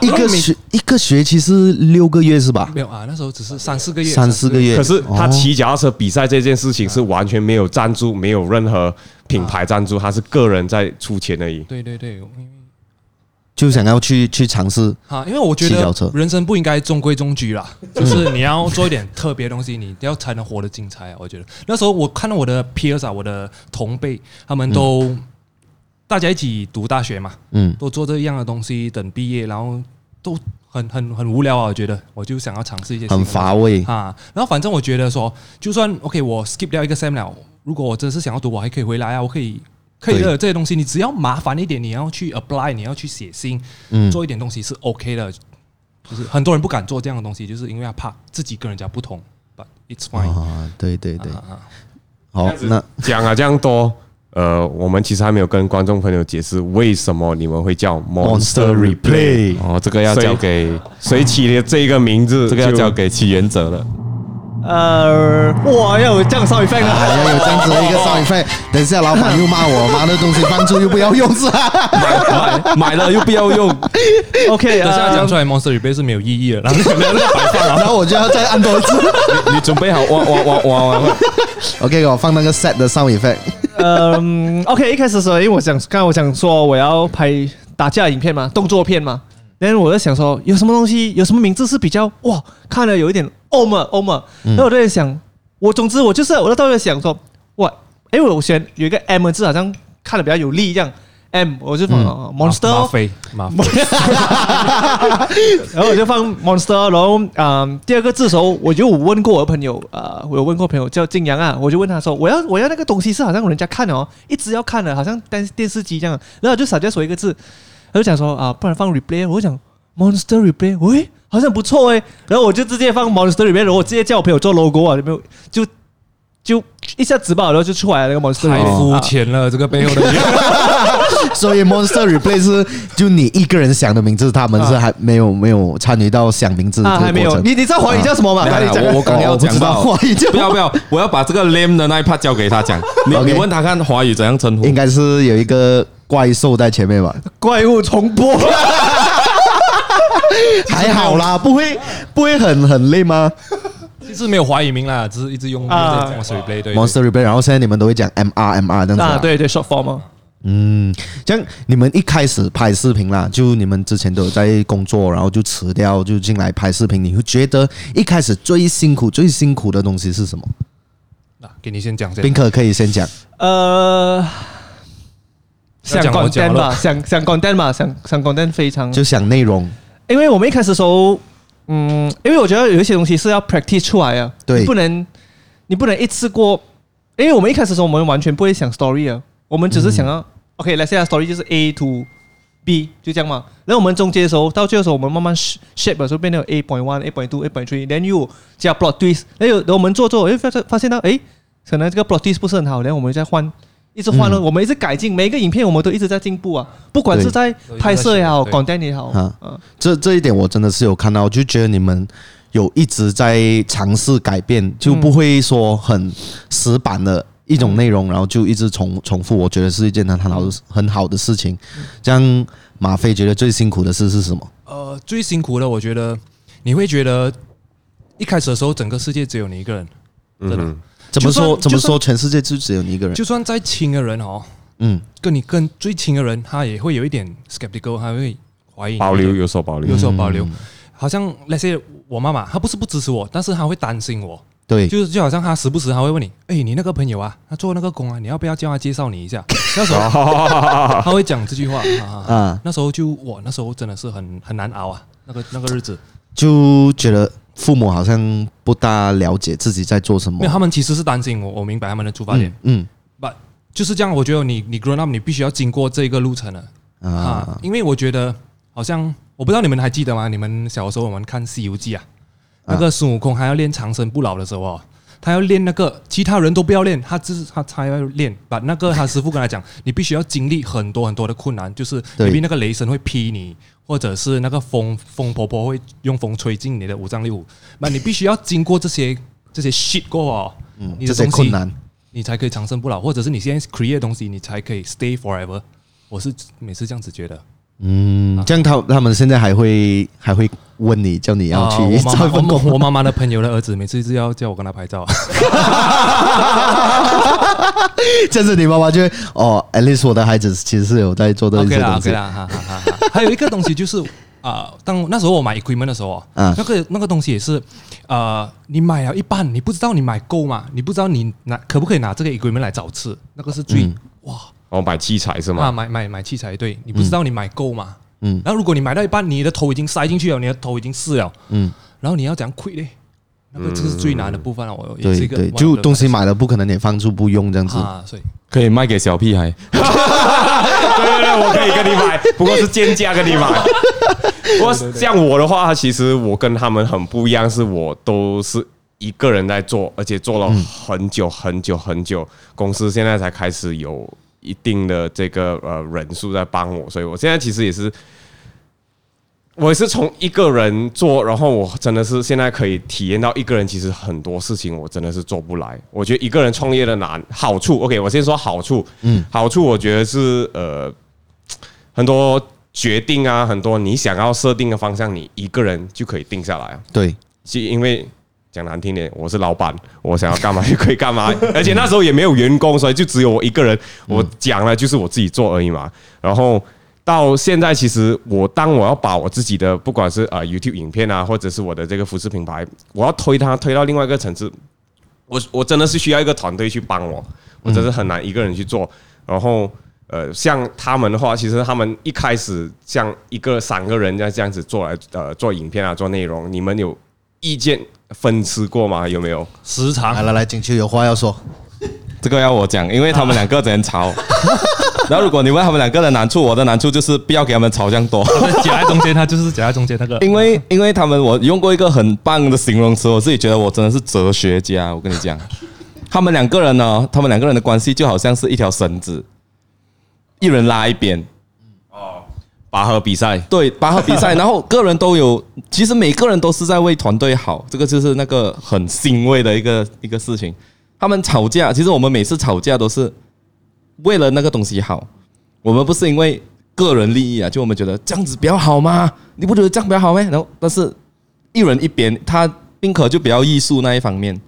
S2: 一个学一个学期是六个月是吧？
S1: 没有啊，那时候只是三四个月，
S2: 三四个月。
S3: 可是他
S2: 哦
S3: 骑脚踏车比赛这件事情是完全没有赞助，没有任何品牌赞助，他是个人在出钱而已。
S1: 对对对，因为
S2: 就想要去去尝试，
S1: 啊，因为我觉
S2: 骑
S1: 得
S2: 脚车
S1: 人生不应该中规中 矩啦，就是你要做一点特别的东西，你要才能活得精彩啊。我觉得那时候我看到我的 peers 啊，我的同辈，他们都、大家一起读大学嘛，
S2: 嗯
S1: 都做这样的东西，等毕业然后都很很很无聊啊，我觉得我就想要尝试一些新
S2: 很
S1: 的东西
S2: 乏味
S1: 啊。然后反正我觉得说，就算 OK，我 skip 掉一个 sem 了，如果我真是想要读，我还可以回来啊，我可以。可以的，这些东西你只要麻烦一点，你要去 apply，你要去写信，
S2: 嗯
S1: 做一点东西是 OK 的。就是很多人不敢做这样的东西，就是因为他怕自己跟人家不同。But it's fine、
S2: 啊，对对对
S1: 啊，啊
S2: 好，那
S3: 讲啊这样多，呃，我们其实还没有跟观众朋友解释为什么你们会叫
S2: Monster
S3: Monster
S2: Replay，
S3: Replay，
S4: 哦，这个要
S3: 所以
S4: 交给
S3: 所以起的这个名字就，
S4: 这个要交给起源者了。
S5: 呃，哇，要有这样烧一份
S2: 哎
S5: 啊！
S2: 呀，有这样子的一个少女费，等一下老板又骂我，妈的东西放出又不要用是 吧？
S4: 买买买了又不要用，
S5: OK，
S1: 等下
S5: 呃
S1: 讲出来 Monster Replay 是没有意义的，然后
S2: 然后我就要再按多一次。
S4: 你准备好哇哇哇哇哇哇！
S2: OK，我放那个 set 的 sound effect。
S5: 嗯，OK，一开始的时候，因为我想，刚才我想说我要拍打架影片嘛，动作片嘛，然后我就想说有什么东西，有什么名字是比较哇，看了有一点 o m e o m e 然后我就在想，我总之我就是我到底想说哇，因为我选有一个 M 字，好像看了比较有力一样，M，我就放、哦 Monster，
S1: 马
S5: 哦
S1: 飞马飞
S5: 然后我就放 Monster，然后嗯、第二个字的时候，我就问过我的朋友，呃，我有问过朋友叫金阳啊，我就问他说，我要我要那个东西是好像人家看的哦，一直要看的，好像电电视机这样，然后我就少加说一个字，他就讲说啊、不然放 replay，我就讲 Monster replay，喂，好像不错诶，然后我就直接放 Monster replay，然后我直接叫我朋友做 logo 啊，有没有就。就一下子吧，然后就出来了那个 monster，
S1: 太
S5: Replay
S1: 肤
S5: 啊
S1: 浅了，这个背后的
S2: 所以 Monster Replay 是就你一个人想的名字，他们是还没有没有参与到想名字的
S5: 啊
S2: 这
S5: 还
S2: 个
S5: 没
S2: 过
S5: 有，
S2: 程。啊
S5: 你你知道华语叫什么吗？
S4: 没有
S5: 快
S4: 啦
S5: 点讲
S4: 我我刚才要
S2: 哦不
S4: 讲
S2: 知道
S4: 到
S2: 华语就
S4: 不要不要，我要把这个 lame 的那一 part 交给他讲。你
S2: OK
S4: 你问他看华语怎样称呼
S2: 应？该是有一个怪兽在前 面吧？
S5: 怪物重播，
S2: 还好啦，不会不会很很累吗
S1: 其实没有怀疑名啦，只是一直用
S5: 啊
S1: Monster Replay 对。
S2: ？Monster Replay，然后现在你们都会讲 MR MR 这样子
S5: 啊，
S2: 啊
S5: 对对，short form 哦
S2: 嗯，这样你们一开始拍视频啦，就你们之前都有在工作，然后就辞掉，就进来拍视频。你会觉得一开始最辛苦、最辛苦的东西是什么？
S1: 那给你先讲先
S2: 宾，可可以先讲。
S5: 呃，
S1: 要
S5: 想
S1: 讲我
S5: content
S1: 讲
S5: 吧，
S1: 了
S5: 想想 content 嘛，想想 content 非
S1: 嗯
S5: 常，
S2: 就想内容，
S5: 因为我们一开始的时候，嗯，因为我觉得有一些东西是要 practice 出来啊，
S2: 对
S5: 你不能你不能一次过，因为我们一开始的时候我们完全不会想 story 啊，我们只是
S2: 嗯
S5: 想要、OK，来现在 story 就是 A to B 就这样嘛，然后我们中间的时候到最后的时候我们慢慢 sh- shape 的时候变成 A point one、A point two、A point three，then 又加 plot twist，然后有然后我们做做，哎发发现到哎，诶可能这个 plot twist 不是很好，然后我们再换。一直
S2: 嗯
S5: 换了，我们一直改进，每一个影片我们都一直在进步啊，不管是
S2: 对
S5: 在拍摄也好
S1: 对
S5: ，content 也好，
S2: 啊
S5: 嗯，
S2: 这这一点我真的是有看到，就觉得你们有一直在尝试改变，就不会说很死板的一种内容，然后就一直重重复。我觉得是一件很好的很好的事情。这样，马飞觉得最辛苦的事是什么？
S1: 呃，最辛苦的，我觉得你会觉得一开始的时候，整个世界只有你一个人，真的。
S3: 嗯
S2: 怎么说？
S1: 就算
S2: 怎么说？全世界就只有你一个人。
S1: 就算再亲的人哦，
S2: 嗯，
S1: 跟你更最亲的人，他也会有一点 skeptical，他会怀疑
S3: 哼，
S1: 你
S3: 保留，有嗯所保留
S4: 嗯
S1: 有。所保留。好像那些我妈妈，她不是不支持我，但是她会担心我，
S2: 对，
S1: 就是就好像她时不时还会问你，哎，你那个朋友啊，他做那个工啊，你要不要叫他介绍你一下？那 时候她会讲这句话啊啊，
S3: 嗯
S2: 啊，
S1: 那时候就我那时候真的是很很难熬啊，那个那个日子。
S2: 就觉得父母好像不大了解自己在做什么
S1: 没有，。他们其实是担心我，我明白他们的出发点
S2: 嗯，嗯
S1: 就是这样。我觉得你你 grown up，你必须要经过这个路程了啊
S2: 啊，，
S1: 因为我觉得好像我不知道你们还记得吗？你们小时候我们看《西游记》啊，那个孙悟空还要练长生不老的时候哦。他要练那个，其他人都不要练，他只他他要练，把那个他师傅跟他讲， 你必须要经历很多很多的困难，就是
S2: 对
S1: maybe 那个雷神会劈你，或者是那个风风婆婆会用风吹进你的五脏六腑，那你必须要经过这些这些 shit 过哦，
S2: 嗯，
S1: 你
S2: 这
S1: 的
S2: 些
S1: 东西
S2: 困难。
S1: 你才可以长生不老，或者是你现在 create 的东西，你才可以 stay forever。我是每次这样子觉得。啊
S2: 嗯，这样他他们现在还会还会问你，叫你要
S1: 啊
S2: 去
S1: 我
S2: 找
S1: 妈妈
S2: 一份
S1: 我
S2: 工
S1: 我妈妈的朋友的儿子，每次就要叫我跟他拍 照。
S2: 这样子你妈妈就会哦，at least 我的孩子其实是有在做的一
S1: OK
S2: 些
S1: 啦
S2: 东
S1: ，OK
S2: 西。
S1: 啦，哈哈哈哈。 还有一个东西就是啊、当那时候我买 equipment 的时候
S2: 嗯
S1: 啊，那个那个东西也是呃，你买了一半，你不知道你买够吗？你不知道你拿可不可以拿这个 equipment 来找吃，那个是最、
S2: 嗯
S3: 我哦买器材是
S1: 啊，
S3: 吗？
S1: 买买买器材，对你不知道你买够吗？
S2: 嗯
S1: 嗯，然后如果你买到一半，你的头已经塞进去了，你的头已经湿了，
S2: 嗯
S1: 嗯，然后你要怎样 quit 嘞？那个这是最难的部分了，我也是
S2: 对
S1: 一个 one
S2: 对，
S1: of the
S2: 就东西
S1: best
S2: 买了不可能也放住不用这样子。
S1: 啊，所以
S4: 可以卖给小屁孩。
S3: 对对对，我可以跟你 买，不过是贱价跟你买。不过像我的话，其实我跟他们很不一样，是我都是一个人在做，而且做了
S4: 嗯
S3: 很久很久很久，公司现在才开始有一定的这个呃人数在帮我，所以我现在其实也是。我也是从一个人做，然后我真的是现在可以体验到一个人其实很多事情我真的是做不来。我觉得一个人创业的难好处，OK，我先说好处，嗯，好处我觉得是呃很多决定啊，很多你想要设定的方向，你一个人就可以定下来啊。
S2: 对，
S3: 是因为讲难听点，我是老板，我想要干嘛就可以干嘛，而且那时候也没有员工，所以就只有我一个人，我讲了就是我自己做而已嘛。然后到现在，其实我当我要把我自己的不管是啊 YouTube 影片啊，或者是我的这个服饰品牌，我要推它推到另外一个层次，我我真的是需要一个团队去帮我，我真是很难一个人去做。然后呃，像他们的话，其实他们一开始像一个三个人家这样子做来呃做影片啊，做内容，你们有意见分吃过吗？有没有？
S1: 时
S2: 来
S1: 长
S2: 来来，景区有话要说，
S4: 这个要我讲，因为他们两个 人吵。然后如果你问他们两个的难处，我的难处就是不要给他们吵这样多。
S1: 夹在中间，他就是夹在中间那个。
S2: 哎
S4: 因为因为他们，我用过一个很棒的形容词，我自己觉得我真的是哲学家。我跟你讲，他们两个人呢，他们两个人的关系就好像是一条绳子，一人拉一边。
S3: 拔河比赛，
S4: 对，拔河比赛，然后个人都有，其实每个人都是在为团队好，这个就是那个很欣慰的一个一个事情。他们吵架，其实我们每次吵架都是为了那个东西好，我们不是因为个人利益啊，就我们觉得这样子比较好吗？你不觉得这样比较好吗？然后，但是一人一边，他宾可就比较艺术那一方面，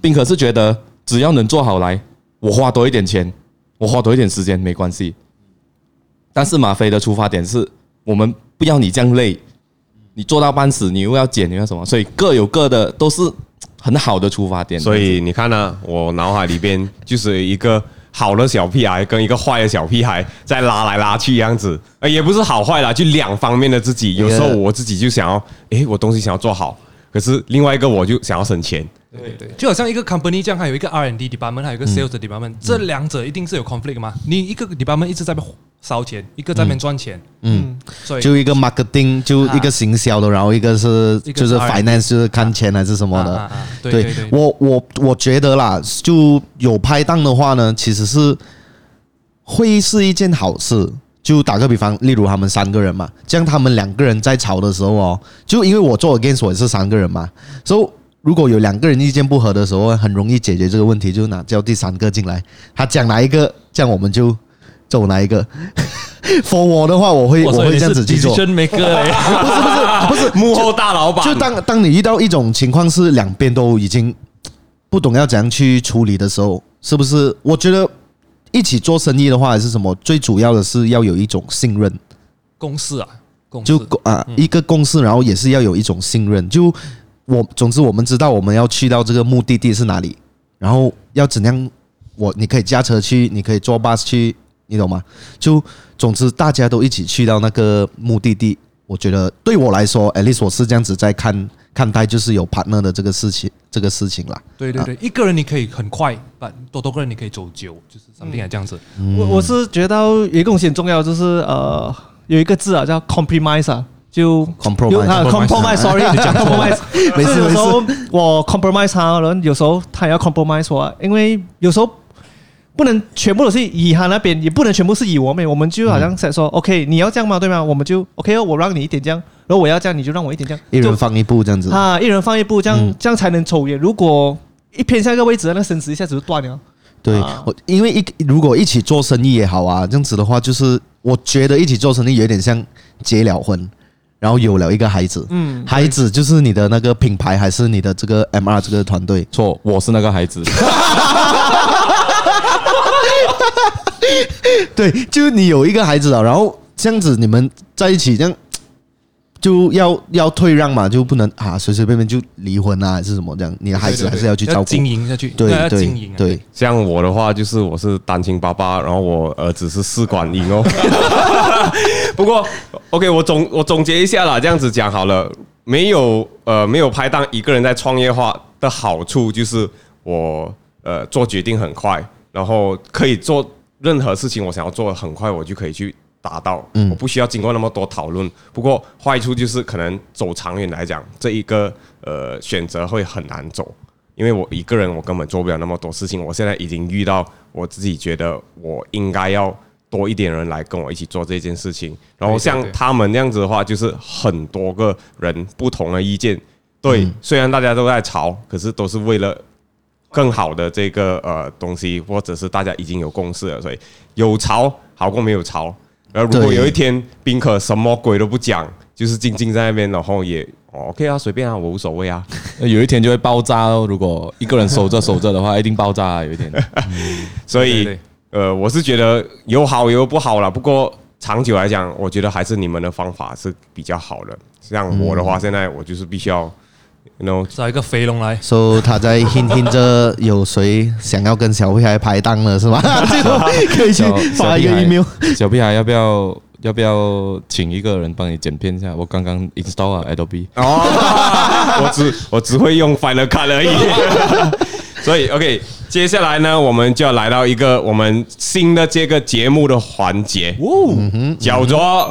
S4: 宾可是觉得只要能做好来，我花多一点钱，我花多一点时间没关系，但是马飞的出发点是我们不要你这样累，你做到半死，你又要减，你要什么？所以各有各的都是很好的出发点。
S3: 所以你看呢、我脑海里边就是一个好的小屁孩跟一个坏的小屁孩在拉来拉去样子，呃，也不是好坏啦，就两方面的自己。有时候我自己就想要，诶，我东西想要做好，可是另外一个我就想要省钱。
S1: 就好像一个 company 这样，还有一个 R and D department，还有一
S2: 嗯
S1: 个 sales department，、这两者一定是有 conflict 的嘛？你一个 department 一直在那边烧钱，一个在那边赚钱，
S2: 嗯，
S1: 所以
S2: 就一个 marketing，就一个行销的，然后一个是
S1: 啊一个
S2: 就是
S1: 是 R&D
S2: finance，就是看钱还是什么
S1: 啊
S2: 的
S1: 啊啊。对对对
S2: 我我我觉得啦，就有拍档的话呢，其实是会是一件好事。就打个比方，例如他们三个人嘛，这样他们两个人在吵的时候哦，就因为我做 against 我也是三个人嘛，所以如果有两个人意见不合的时候，很容易解决这个问题，就拿叫第三个进来，他讲哪一个，这样我们就走哪一个。for 我的话，我会我会这样子去做。
S1: 真没个 嘞，
S3: 不是幕后大老板，
S2: 就当当你遇到一种情况是两边都已经不懂要怎样去处理的时候，是不是？我觉得一起做生意的话，还是什么？最主要的是要有一种信任，
S1: 公司啊，公司嗯
S2: 就啊、一个共识，然后也是要有一种信任。就我，总之我们知道我们要去到这个目的地是哪里，然后要怎样。我你可以驾车去，你可以坐 bus 去，你懂吗？就总之大家都一起去到那个目的地，我觉得对我来说，at least 我是这样子在看看待，就是有 partner 的这个事情，这个事情啦。
S1: 对对对，一个人你可以很快，但多多个人你可以走久，就是 something
S2: 嗯
S1: like 这样子。
S5: 我我是觉得到有一个东西很重要，就是呃有一个字啊叫 compromise 啊，就
S2: Compromise
S5: 有啊
S2: compromise
S5: compromise，sorry，讲 compromise，
S2: 没事
S5: 就有时候我 compromise 他，然后有时候他也要 compromise 我啊，因为有时候。不能全部都是以他那边，也不能全部是以我们，我们就好像在说、o k 你要这样吗？对吗？我们就 OK 哦，我让你一点这样，然后我要这样，你就让我一点这样，
S2: 一
S5: 就
S2: 人放一步这样子，
S5: 啊，一人放一步，这样、
S2: 嗯
S5: 这样才能走远。如果一偏向一个位置，那个绳子一下子就断了。
S2: 对
S5: 啊
S2: 我，因为一如果一起做生意也好啊，这样子的话，就是我觉得一起做生意有点像结了婚，然后有了一个孩子，
S5: 嗯，
S2: 孩子就是你的那个品牌还是你的这个 MR 这个团队，
S4: 错，我是那个孩子。
S2: 对，就是你有一个孩子了，然后这样子你们在一起这样。就要要退让嘛，就不能啊随随便便就离婚啊，还是什么这样？你的孩子还是要去照顾，
S1: 经营下去，
S2: 对
S1: 要经
S2: 对
S1: 营啊。
S2: 对，
S3: 像我的话，就是我是单亲爸爸，然后我儿子是试管婴哦。 不过，OK，我总我总结一下啦，这样子讲好了，没有呃没有拍档一个人在创业化的好处就是我呃做决定很快，然后可以做任何事情我想要做的很快，我就可以去达到，我不需要经过那么多讨论。不过坏处就是可能走长远来讲，这一个呃选择会很难走，因为我一个人我根本做不了那么多事情。我现在已经遇到我自己觉得我应该要多一点人来跟我一起做这件事情。然后像
S1: 对对对
S3: 他们那样子的话，就是很多个人不同的意见。对，
S1: 嗯
S3: 虽然大家都在吵，可是都是为了更好的这个呃东西，或者是大家已经有共识了，所以有潮好过没有潮。然后如果
S2: 对
S3: 有一天宾客什么鬼都不讲，就是静静在那边，然后也、哦、OK 啊，随便啊，我无所谓啊。
S4: 那有一天就会爆炸哦。如果一个人守着守着的话，一定爆炸啊、有一天。
S3: 所以
S1: 对对
S3: 呃，我是觉得有好有不好啦，不过长久来讲，我觉得还是你们的方法是比较好的。像我的话，现在我就是必须要，you know，
S1: 找一个肥龙来，
S2: so 他在 hint hint 着有谁想要跟小屁孩排档了是吗？就可以去
S4: 小
S2: 发一个
S4: 小屁孩
S2: email。
S4: 小屁孩要不要要不要请一个人帮你剪片一下？我刚刚 install 了 Adobe。
S3: 哦， 我只我只会用 Final Cut 而 已。所以 OK，接下来呢，我们就要来到一个我们新的这个节目的环节，叫做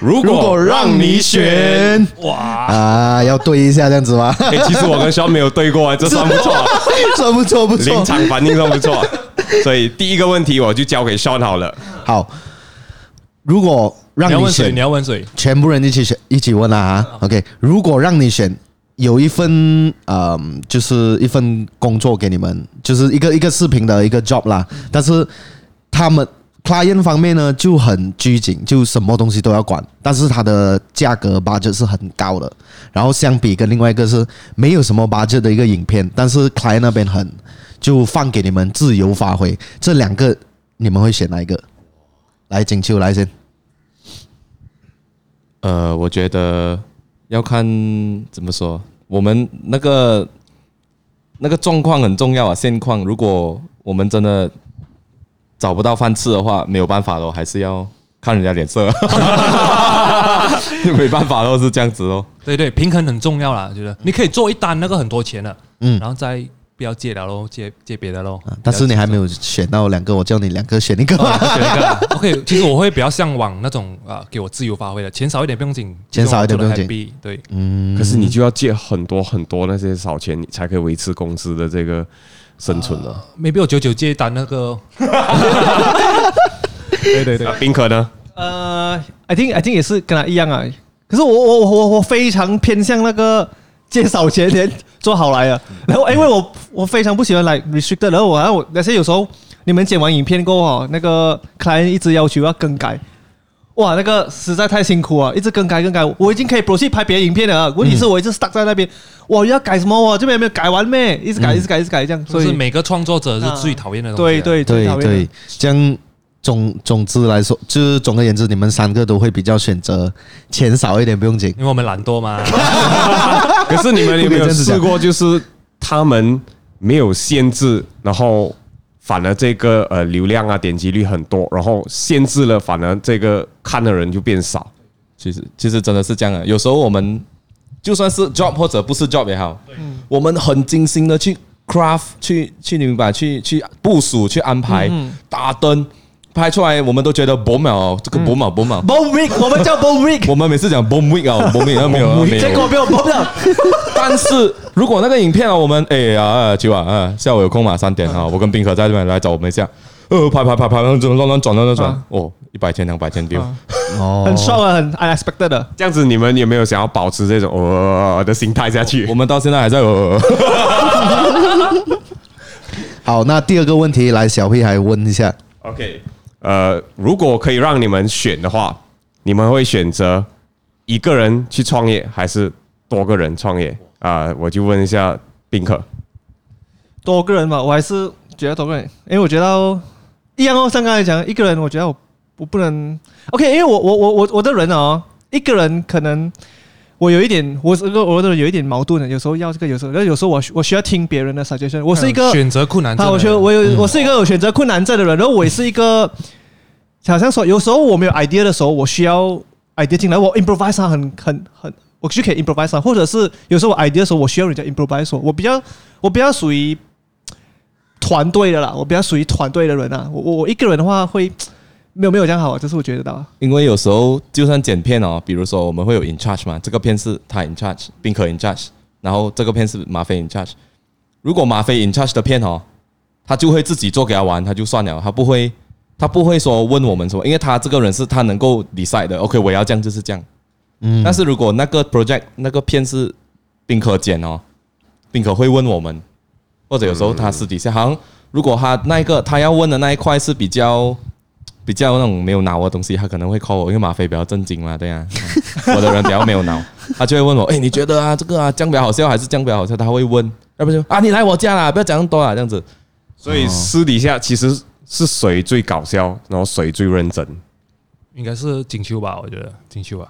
S3: 如
S2: 如
S3: 果
S2: 果
S3: 让
S2: 让
S3: 你
S2: 你
S3: 选。
S2: 选
S1: 哇，
S2: 啊，要对一下这样子吗？
S3: 哎、其实我跟肖没有对过啊，这算不错、啊，
S2: 说不错不
S3: 临
S2: 错，
S3: 场反应算不 错、所以第一个问题我就交给肖好了。
S2: 好。如果让
S1: 你要
S2: 你
S1: 问谁？你
S2: 选，
S1: 要问谁？
S2: 全部人一起选，一起问啊哈。OK，如果让你选，有一份呃，就是一份工作给你们，就是一个一个视频的一个 job 啦。但是他们 client 方面呢就很拘谨，就什么东西都要管，但是它的价格 budget 是很高的。然后相比跟另外一个是没有什么 budget 的一个影片，但是 client 那边很就放给你们自由发挥。这两个你们会选哪一个？来，锦秋来先。
S4: 呃，我觉得要看怎么说，我们那个那个状况很重要啊，现况。如果我们真的找不到饭吃的话，没有办法咯，还是要看人家脸 色，没办法咯，是这样子咯。
S1: 对对，平衡很重要啦，我觉得你可以做一单那个很多钱的，
S2: 嗯
S1: 嗯，然后再不要借了喽，借借别的喽
S2: 啊。但是你还没有选到两个，我叫你两个选一个 吧。
S1: 选一个啦 OK，其实我会比较向往那种啊、呃给我自由发挥的，钱少一点不用紧，
S2: 钱少一点不用紧嗯
S1: 做得 happy，对，
S3: 可是你就要借很多很多那些少钱，你才可以维持公司的这个生存了。
S1: maybe 我九九借一单那个，对对对
S3: 那，啊宾可呢？
S5: 呃，I think I think 也是跟他一样啊。可是我我我我我非常偏向那个借少钱钱做好来的，啊然后因为我我非常不喜欢来 restricted，然后我然后我那些有时候你们剪完影片过后哦，那个 client 一直要求要更改，哇，那个实在太辛苦啊，一直更改更改，我已经可以 p r o c e 拍别的影片了啊，问题是我一直 stuck 在那边，我要改什么啊我这边有没有改完咩？一直改一直改一直改这样，
S1: 所
S5: 所
S1: 以
S5: 以
S1: 每个创作者是最讨厌的东西
S5: 对
S1: 啊。
S2: 对
S5: 对最讨厌的
S2: 对，这样总总之来说，就是总而言之，你们三个都会比较选择钱少一点不用紧。
S1: 因为我们懒惰嘛，
S3: 可是你们
S2: 不可以
S3: 有没
S2: 这
S3: 有
S2: 样子讲
S3: 试过，就是他们没有限制，然后反而这个呃流量啊点击率很多，然后限制了，反而这个看的人就变少。
S4: 其实其实真的是这样的，有时候我们就算是 job 或者不是 job 也好，我们很精心的去 craft 去去你明白去去部署去安排、
S5: 嗯
S4: 打灯拍出来，我们都觉得 boom 了，这个
S5: 嗯
S4: boom 了 boom 了。
S5: ，Bob Week 我们叫 Bob Week，
S4: 我们每次讲 boom week 啊，boom week 啊没有啊没
S5: 结
S4: 有
S5: 果
S4: 啊。
S5: 没有 Bob 了。
S4: 但是如果那个影片啊，我们哎呀啊，今晚啊下午有空嘛，三点
S5: 嗯
S4: 啊，我跟宾可在这边来找我们一下，呃拍拍拍拍，然后就乱乱转乱乱转
S5: 啊，
S4: 哦一百千两百千丢。
S5: 嗯
S2: 哦
S5: 很爽啊，很 unexpected 的。
S3: 这样子，你们有没有想要保持这种呃、的心态下去
S4: 我？们到现在还在呃。
S2: 好，那第二个问题来，小屁孩问一下，
S3: OK，呃，如果可以让你们选的话，你们会选择一个人去创业，还是多个人创业？啊、我就问一下宾客，
S5: 多个人嘛，我还是觉得多个人，因为我觉得一样哦，像刚才讲，一个人我觉得我我不能 OK，因为我我我我我的人哦，一个人可能我有一点，我这个我的人有一点矛盾的，有时候要这个，有时候，然后有时候我需我需要听别人的 suggestion，我是一个
S1: 选择困难症
S5: 好，
S1: 的
S5: 我
S1: 人。
S5: 觉得我有我是一个有选择困难症的人，然后我也是一个，好像说有时候我没有 idea 的时候，我需要 idea 进来，我 improvise 啊很很很，我就可以 improvise 啊，或者是有时候我 idea 的时候，我需要人家 improvise 啊我，我比较我比较属于团队的啦，我比较属于团队的人啊，我我我一个人的话会没有没有这样好啊，这是我觉得的啊。
S4: 因为有时候就算剪片哦，比如说我们会有 in charge 嘛，这个片是他 in charge，宾可 in charge，然后这个片是马飞 in charge。如果马飞 in charge 的片哦，他就会自己做给他玩，他就算了，他不会他不会说问我们什么，因为他这个人是他能够 decide 的。OK，我要这样就是这样。嗯，但是如果那个 project 那个片是宾可剪哦，宾可会问我们，或者有时候他私底下好像如果他那一个他要问的那一块是比较。比较那种没有脑的东西，他可能会 call 我，因为马飞比较正经嘛，对呀、啊，我 的人比较没有脑，他就会问我，哎、你觉得啊这个啊姜比较好笑还是姜比较好笑？他会问，要不就啊你来我家啦，不要讲那么多啦，这样子。
S3: 所以私底下其实是谁最搞笑，然后谁最认真。
S1: 应该是锦秋吧，我觉得锦啊秋吧，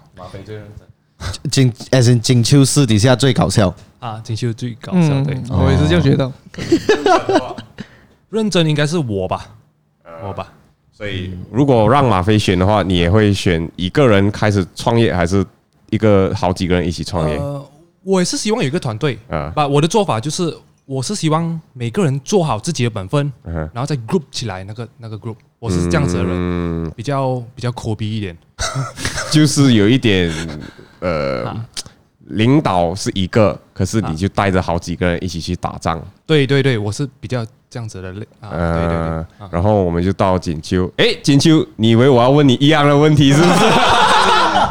S2: 锦 as in 锦秋私底下最搞笑，
S1: 啊，锦秋最搞笑，对
S5: 嗯，，我也是这样觉得。
S1: 认真应该是我吧，
S3: 呃
S1: 我吧，
S3: 所以如果让马飞选的话，你也会选一个人开始创业，还是一个好几个人一起创业？
S1: 呃，我也是希望有一个团队，
S3: 啊
S1: 把我的做法就是，我是希望每个人做好自己的本分，
S3: 嗯哼
S1: 然后再 group 起来那个那个 group，我是这样子的人，
S3: 嗯，
S1: 比较比较抠逼一点，
S3: 就是有一点呃，领导是一个，可是你就带着好几个人一起去打仗，
S1: 对对对，我是比较这样子的类啊，对对对
S3: 呃，，然后我们就到锦秋，诶，锦秋，你以为我要问你一样的问题是不是？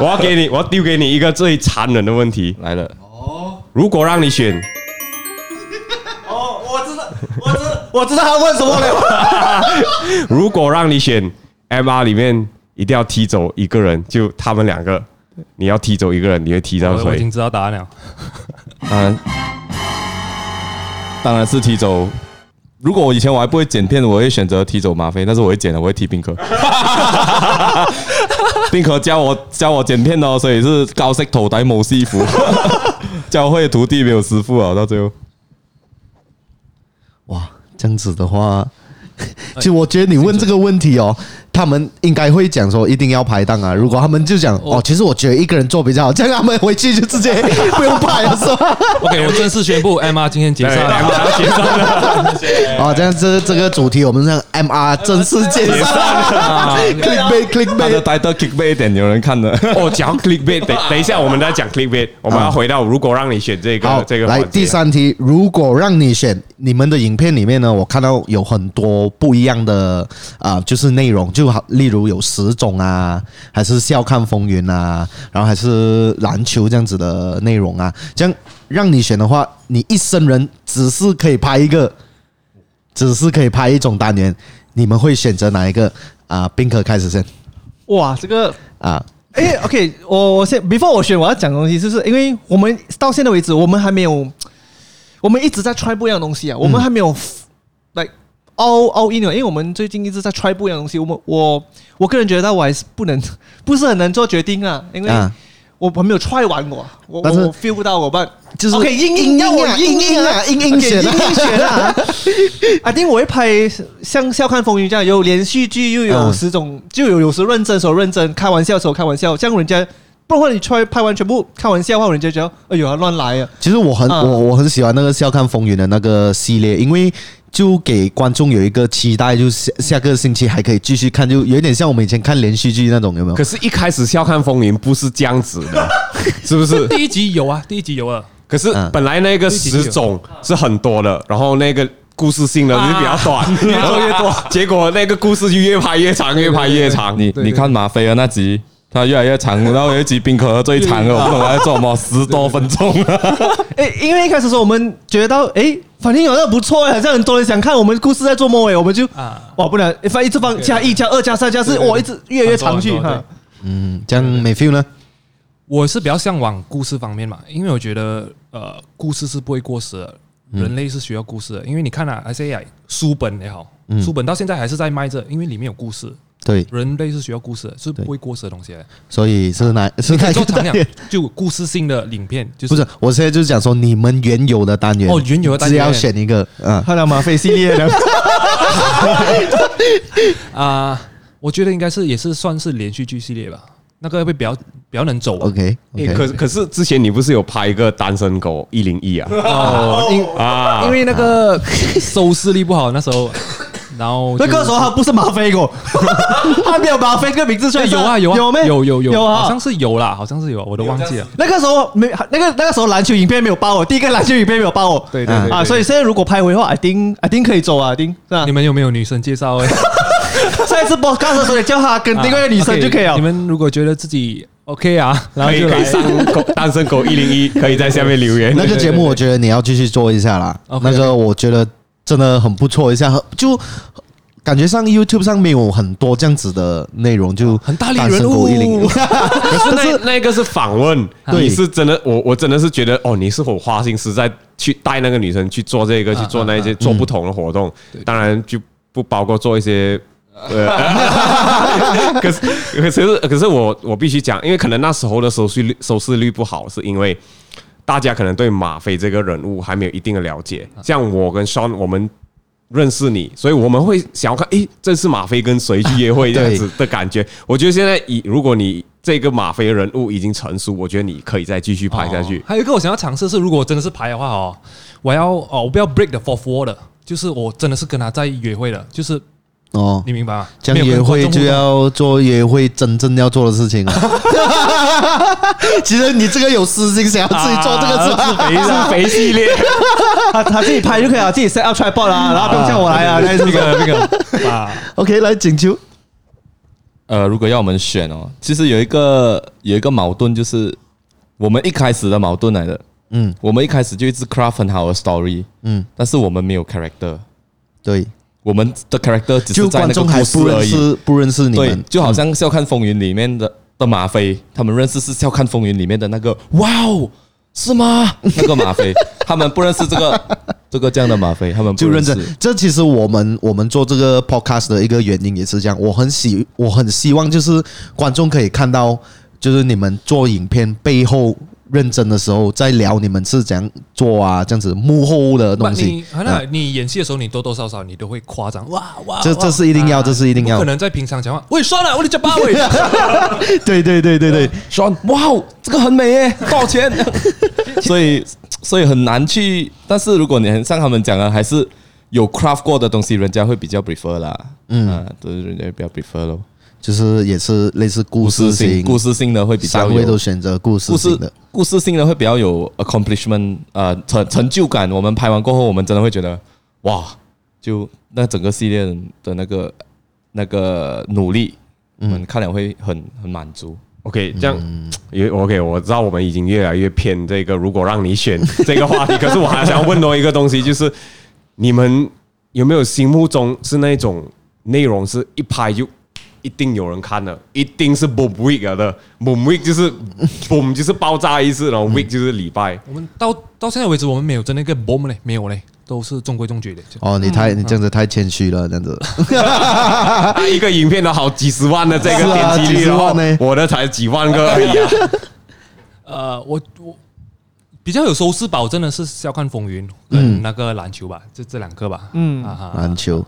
S3: 我要给你，我要丢给你一个最残忍的问题，
S4: 来了，
S3: 如果让 你选，
S2: 哦我知道他问什么了。
S3: 如果让你选 M R 里面一定要踢走一个人，就他们两个，你要踢走一个人，你会踢到
S1: 我我已
S3: 谁
S1: 经？知道答案了，
S4: 当然，啊当然是踢走。如果我以前我还不会剪片，我会选择踢走马飞，但是我会剪的，我会踢 宾客。宾客教我教我剪片的哦，所以是高息头戴某西服， 教会徒弟没有师傅啊，到最后。
S2: 哇，这样子的话， 其实我觉得你问这个问题哦，他们应该会讲说一定要排档啊。如果他们就讲哦，其实我觉得一个人做比较好，这样他们回去就直接 不用排了，是吧？
S1: OK，我正式宣布 M R 今天解散
S3: 对
S1: 了。
S2: 哦，这样这这个主题我们让 M R 正式介绍，click bait click
S4: 他的
S2: bait，
S4: title kick back 一点，有人 看的。
S3: 哦，讲 clickbait，等等一下，我们再讲 clickbait，我们要回到如果让你选这
S2: 啊好
S3: 个，这个
S2: 来
S3: 环节
S2: 第三题，如果让你选，你们的影片里面呢，我看到有很多不一样的啊、就是内容，就好，例如有十种啊，还是笑看风云啊，然后还是篮球这样子的内容啊，这样让你选的话，你一生人只是可以拍一个，只是可以拍一种单元，你们会选择哪一个啊？宾、客开始先
S5: 哇，这个
S2: 啊，
S5: 哎、o k 我我先 before 我选我要讲的东西，就是因为我们到现在为止，我们还没有，我们一直在 try 不一样的东西啊，我们还没
S2: 嗯
S5: 有、like all all in 啊，因为我们最近一直在 try 不一样的东西，我们我我个人觉得我还是不能， 不是很能做决定啊，因为
S2: 啊
S5: 我还没有 try 完我，我
S2: 但是
S5: 我我 feel 不到我吧，
S2: 就是
S5: OK 硬硬
S2: 硬
S5: 要我
S2: 啊
S5: 硬
S2: 硬
S5: 硬
S2: 啊硬硬
S5: 选
S2: 选啊
S5: 硬硬选 啊，I think 我会拍像《笑看风云》这样，有连续剧又有
S2: 嗯
S5: 十种，就有有时认真的时候认真，开玩笑的时候开玩笑，这样人家。不然你拍拍完全部开玩笑的话，人家觉得哎呦他乱来 啊！
S2: 其实我很、
S5: 嗯
S2: 我我很喜欢那个《笑看风云》的那个系列，因为就给观众有一个期待，就下下个星期还可以继续看，就有点像我们以前看连续剧那种，有没有
S3: 可？是，一开始笑看风云不是这样子的， 是 不是？
S1: 第一集有啊，第一集有啊，
S3: 可是
S2: 嗯
S3: 本来那个十种是很多的，然后那个故事性的就比较 短，
S2: 嗯
S3: 越做越多，结果那个故事就越拍越长，越拍 越长。
S4: 啊你你看马飞的那集，他越来越长，然后有一集冰壳最长了，我不懂他在做什么，十多分钟 了。
S5: 哎，因为一开始的时候我们觉得哎，反正有那不错哎，好像很多人想看我们故事在做末尾，我们就
S1: 啊
S5: 哇不然反正一直放加一加二加三加四，
S1: 对对
S5: 哇一直越来越长去
S1: 很多很
S5: 哈
S1: 多。
S2: 嗯，这样美 feel 呢？
S1: 我是比较向往故事方面嘛，因为我觉得呃，故事是不会过时的，人类是需要故事的。因为你看啊，S A I 书本也好，
S2: 嗯
S1: 书本到现在还是在卖着，因为里面有故事，
S2: 对，
S1: 人类是需要故事的，是不会过时的东西来的。
S2: 所以是哪是哪一
S1: 做
S2: 个
S1: 长
S2: 单
S1: 量
S2: 元？
S1: 就有故事性的影片，就是
S2: 哎不是，我现在就是讲说你们原有的单元
S1: 哦原有的单元
S2: 只要选一个，嗯，
S5: 看到吗？非系列 的，
S1: 啊、我觉得应该是也是算是连续剧系列吧，那个会比较比较能走。啊
S2: OK
S3: 诶哎可
S2: OK，
S3: 可是之前你不是有拍一个单身狗一零一啊？
S1: 哦，因
S3: 啊，
S1: 因为那个收视率不好，那时候然后
S2: 那
S1: 就
S2: 个时候他不是马 飞狗，他没有马飞这个名字出
S5: 哎
S2: 来
S1: 对
S2: 是
S1: 有
S2: 吧。
S1: 啊有啊
S2: 有没
S1: 有有有
S2: 有啊
S1: 好像是有啦，好像是有，我都忘记了。
S2: 那个时候没
S5: 那个那个时候篮球影片没有包我，第一个篮球影片没有包我。
S1: 对
S2: 对对
S5: 啊，所以现在如果拍回的话，I think I think 可以走啊，I think 是吧
S1: 你？们有没有女生介绍、欸？
S5: 上一次 b o s s 的时候，你叫他跟另外一个女生就可以
S1: 啊
S5: 了
S1: ，OK，你。们如果觉得自己 OK 啊，然后
S3: 可以
S1: 就
S3: 可
S1: 来
S3: 以上狗单身狗一零一，可以在下面留言。
S2: 那个节目，我觉得你要继续做一下啦。
S1: OK，OK
S2: 那个我觉得真的很不错，一下就感觉上 YouTube 上没有很多这样子的内容，就
S1: 很大力
S2: 单身
S1: 人
S2: 狗
S1: 物
S2: 一零一。
S3: 可是那啊那个是访问，
S2: 对
S3: 你是真的，我我真的是觉得哦，你是我花心思在去带那个女生去做这个，去做那些做不同的活动，当然就不包括做一些。 呃，可是可是可是我我必须讲，因为可能那时候的收视率收视率不好，是因为大家可能对马飞这个人物还没有一定的了解。像我跟 Sean，我们认识你，所以我们会想要看，诶，这次马飞跟谁去约会这样子的感觉。我觉得现在以如果你这个马飞人物已经成熟，我觉得你可以再继续拍下去
S1: 哦。还有一个我想要尝试是，如果我真的是排的话哦，我要哦，我不要 break the fourth wall 的，就是我真的是跟他在约会的，就是
S2: 哦，
S1: 你明白吗？
S2: 这样
S1: 没有
S2: 约
S1: 跟观
S2: 会
S1: 众
S2: 就
S1: 互动
S2: 要做约会真正要做的事情啊。其实你这个有私心，想要自己做这个是啊吧？
S3: 肥是肥系列，
S5: 他他自己拍就可以了，自己 set up tripod
S1: 啊
S5: 啦，然后不用叫我来啊，那是个那个。
S2: OK，来锦秋，
S4: 呃，如果要我们选哦，其实有一个有一个矛盾，就是我们一开始的矛盾来的。
S2: 嗯
S4: 我们一开始就一直 craft 很好的 story，
S2: 嗯，
S4: 但是我们没有 character，
S2: 对，
S4: 我们的 character 只
S2: 就是
S4: 在
S2: 观
S4: 那个
S2: 众还
S4: 故事
S2: 不认
S4: 而已。
S2: 识不认识你
S4: 对
S2: 们，，
S4: 就好像《笑看风云》里面的的马飞，他们认识是《笑看风云》里面的那个，哇哦，是吗？那个 马飞，他们不认识这个这个这样的马飞，他们不
S2: 就认
S4: 识
S2: 真。这其实我们我们做这个 podcast 的一个原因也是这样，我很喜我很希望就是观众可以看到，就是你们做影片背后认真的时候，在聊你们是怎样做啊，这样子幕后 的
S1: 不
S2: 东西嗯啊
S1: 你。那你演戏的时候，你多多少少你都会夸张，哇哇，
S2: 这
S1: 哇
S2: 这是一定要，这是一定
S1: 啊不
S2: 要
S1: 可。能在平常讲话，喂，算了，我的嘴巴喂，
S2: 对对对对对，
S4: Sean，哇哦，这个很美耶，多少钱？ 所以，所以很难去。但是如果你很像他们讲啊的，还是有 craft 过的东西，人家会比较 prefer 啦。嗯，啊、就是人家会比较 prefer 咯。
S2: 就是也是类似故事型，
S4: 故事性的会比较
S2: 三位
S4: 有
S2: 都选择故事
S4: 故
S2: 型
S4: 事
S2: 的。
S4: 故事性的会比较有 accomplishment，呃，成成就感。我们拍完过后，我们真的会觉得哇，就那整个系列的那个那个努力，我们看了会很很满足。
S3: OK，这样
S2: 嗯
S3: 也 OK。我知道我们已经越来越偏这个，如果让你选这个话题，可是我还想要问多一个东西，就是你们有没有心目中是那种内容是一拍就一定有人看的，一定是 boom week 了的，boom week 就是 boom 就是爆炸一次，然
S2: 嗯
S3: 后 week 就是礼拜。
S1: 我们到到现在为止，我们没有真的一个 bomb 嘞，没有嘞，都是中规中矩的。就
S2: 哦，你
S1: 嗯
S2: 太你这样子太谦虚了，这 样子。
S3: 啊一个影片都好几十万的这个
S2: 是啊
S3: 点击
S2: 几
S3: 率，
S2: 十
S3: 然后
S2: 万呢
S3: 我的才几万个而已啊。
S1: 呃，我我比较有收视保证的是《笑看风云》
S2: 嗯
S1: 跟那个篮球吧，就这两个吧。嗯啊哈
S2: 篮球，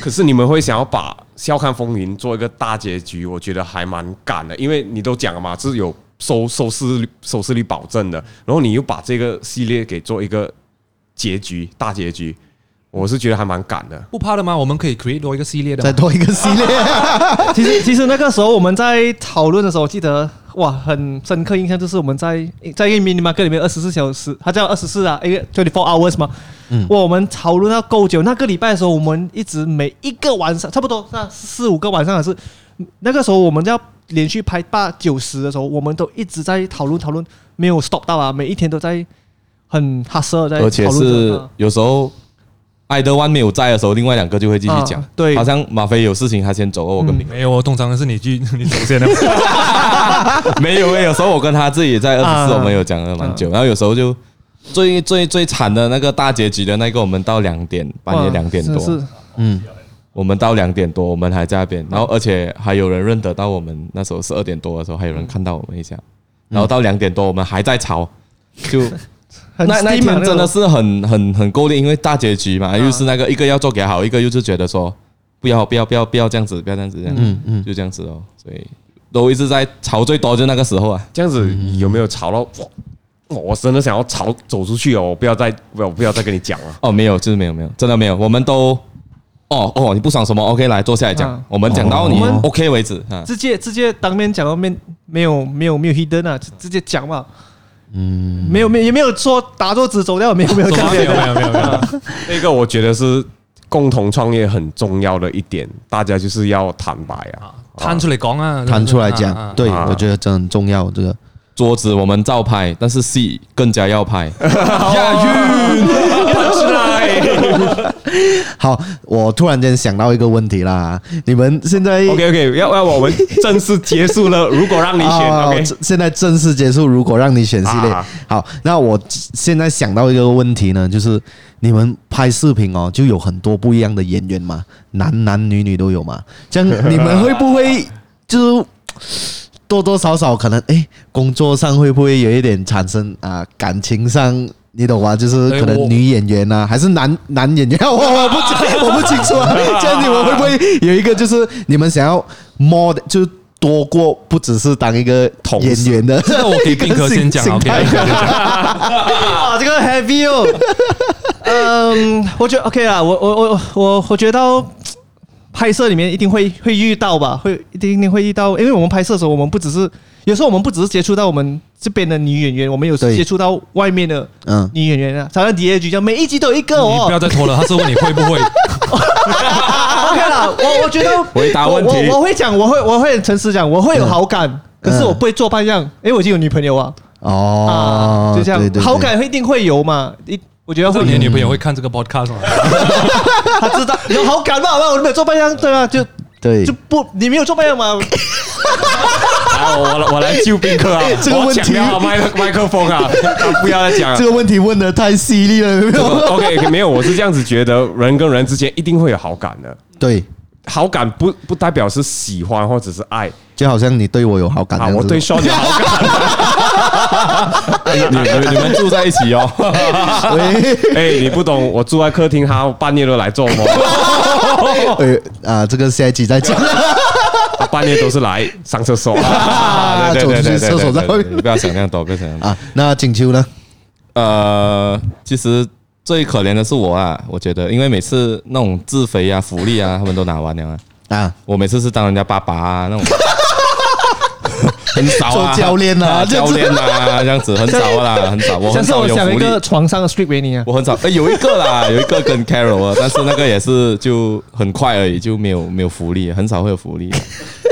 S3: 可是你们会想要把《笑看风云》做一个大结局，我觉得还蛮敢的，因为你都讲了嘛，是有收收视率收视率保证的，然后你又把这个系列给做一个结局大结局，我是觉得还蛮敢的。
S1: 不怕的吗？我们可以 create 多一个系列的
S2: 再
S1: 吗。
S2: 多一个系 列。
S5: 其实其实那个时候我们在讨论的时候，我记得哇，很深刻印象就是我们在在一个 mini market 里面二十四小时，它叫二十四啊，一个 twenty four hours 嘛。
S4: 嗯
S5: 哇，我们讨论到够久。那个礼拜的时候，我们一直每一个晚上，差不多那四五个晚上还是那个时候，我们要连续拍八九十的时候，我们都一直在讨论讨论，没有 stop 到啊，每一天都在很 h a s l 在
S4: 而且
S5: 讨论这
S4: 是
S5: 个。
S4: 有时候艾德湾没有在的时候，另外两个就会继续讲
S5: 啊。对
S4: 好像马飞有事情，他先走了，我跟明、
S1: 没有哦，通常是你去 你首 先的。
S4: 没有诶、有时候我跟他自己 在二十四，
S5: 嗯啊
S4: 我们有讲了蛮久，然后有时候就。最最最惨的那个大结局的那个，我们到两点，半夜
S5: 哇
S4: 两点多，
S5: 真的是
S2: 嗯，
S4: 我们到两点多，我们还在那
S5: 嗯
S4: 边，然后而且还有人认得到我们那时候十二点多的时候，还有人看到我们一下，然后到两点多我们还在吵，就
S5: 嗯很
S4: 那那一
S5: steam 啊
S4: 天真
S5: 个嗯
S4: 的是很很很够力，因为大结局嘛，又是那个一个要做给好，一个又是觉得说不要不要不要不要这样子，不要这样子，这样嗯嗯，就这样子哦，所以都一直在吵，最多就那个时候啊，
S3: 这样子有没有吵到？哇我真的想要哦 吵走出去哦！我不要再，我不要再跟你讲了。
S4: 哦没有，就是没有没有，真的没有，我们都哦哦，你不爽什么？OK，来坐下来讲，
S5: 啊
S4: 我们讲到你
S5: 我们
S4: OK 为止。啊
S5: 直接直接当面讲到面，没有没有没有 hidden 啊，直直接讲嘛。嗯，没有没有也没有说打桌子走掉，没有没有
S1: 走
S5: 这
S1: 啊
S5: 样
S1: 没有没有没有没有，
S3: 这个我觉得是共同创业很重要的一点，大家就是要坦白 啊，
S1: 摊出来讲啊，
S2: 谈出来
S1: 啊啊
S2: 讲，对
S3: 啊
S2: 我觉得这很重要。这个
S4: 桌子我们照拍，但是戏更加要 拍。
S1: 啊
S2: 哦好，我突然间想到一个问题啦，你们现在
S3: OK OK，要要我们正式结束了。如果让你选
S2: 啊
S3: ，OK，
S2: 这现在正式结束，如果让你选系列，
S3: 啊
S2: 好，那我现在想到一个问题呢，就是你们拍视频哦，就有很多不一样的演员嘛，男男女女都有嘛，这样你们会不会就是多多少少可能哎，工作上会不会有一点产生啊、感情上？你懂吗？就是
S1: 哎
S2: 可能
S1: 我
S2: 女演员呐、啊，还是男男演员？我我不清我不清楚啊。这样你们会不会有一个就是你们想要 more 的就是多过不只是当一个
S3: 同事
S2: 演员的？
S1: 这个我给斌哥先讲啊
S2: 一 个心
S1: ，OK，
S2: 心态
S5: 哇，这个 heavy 哦。嗯，我觉得 OK 啦，我我我我我觉得拍摄里面一定会会遇到吧，会一定一定会遇到，因为我们拍摄的时候，我们不只是有时候我们不只是接触到我们这边的女演员，我们有时候
S2: 对
S5: 接触到外面的
S2: 嗯，
S5: 女演员啊，好像 DAG 这样，每一集都有一个
S1: 你不要
S5: 哦。
S1: 再拖了，他是问你会不 会，
S5: OK 啦，我我觉得
S4: 回答问题
S5: 我我我会讲，我会我会诚实讲，我
S2: 嗯
S5: 会有好感，可是我不会做扮样，因为我已经有女朋友啊，
S2: 哦
S5: 啊，，就这
S2: 对
S5: 样，
S2: 对对
S5: 好感会一定会有嘛，一我觉得会
S1: 是
S5: 有
S1: 你的女朋友会看这个 podcast 吗？
S5: 他知道有好感嘛？好吧，我没有做伴样，对啊，就
S2: 对
S5: 就。不，你没有做伴样嘛？
S3: 来，我来我来救宾客啊！
S2: 这个问题
S3: 我抢掉 麦克麦克风啊！不要再讲了
S2: 这。个问题问的太犀利了，有没有？
S3: OK OK，没有，我是这样子觉得，人跟人之间一定会有好感的。
S2: 对，
S3: 好感不不代表是喜欢或者是爱
S2: 就好像你对我有好感这
S3: 啊，
S2: 样子，
S3: 我对 Sean 有好感。
S4: 你们你们住在一 起哦，
S2: 喂，
S3: 哎，你不懂，我住在客厅，他半夜都来做梦，啊
S2: 喂啊，这个下一集再讲。
S3: 他半夜都是来上厕所。
S2: 啊
S4: 对
S2: 走
S4: 对
S2: 出去
S4: 对对
S2: 厕所在
S4: 对
S2: 外
S4: 对，
S2: 面
S4: 对不要想那样多，不要想那样多。
S2: 啊。那锦秋呢？
S4: 呃，其实最可怜的是我啊，我觉得，因为每次那种自肥啊、福利啊，他们都拿完了啊。
S2: 啊，
S4: 我每次是当人家爸爸啊，那种很少 啊，
S2: 做教练啊
S4: 啊
S2: 这样
S4: 教
S2: 子
S4: 练啊，这样子很少啦，很少，我
S5: 下
S4: 很
S5: 次
S4: 少
S5: 我
S4: 有
S5: 想一
S4: 福利。
S5: 个床上的 strip 给你啊。
S4: 我很少，哎，有一个啦， 有一个跟 Carol 啊，但是那个也是就很快而已，就没有没有福利，很少会有福利。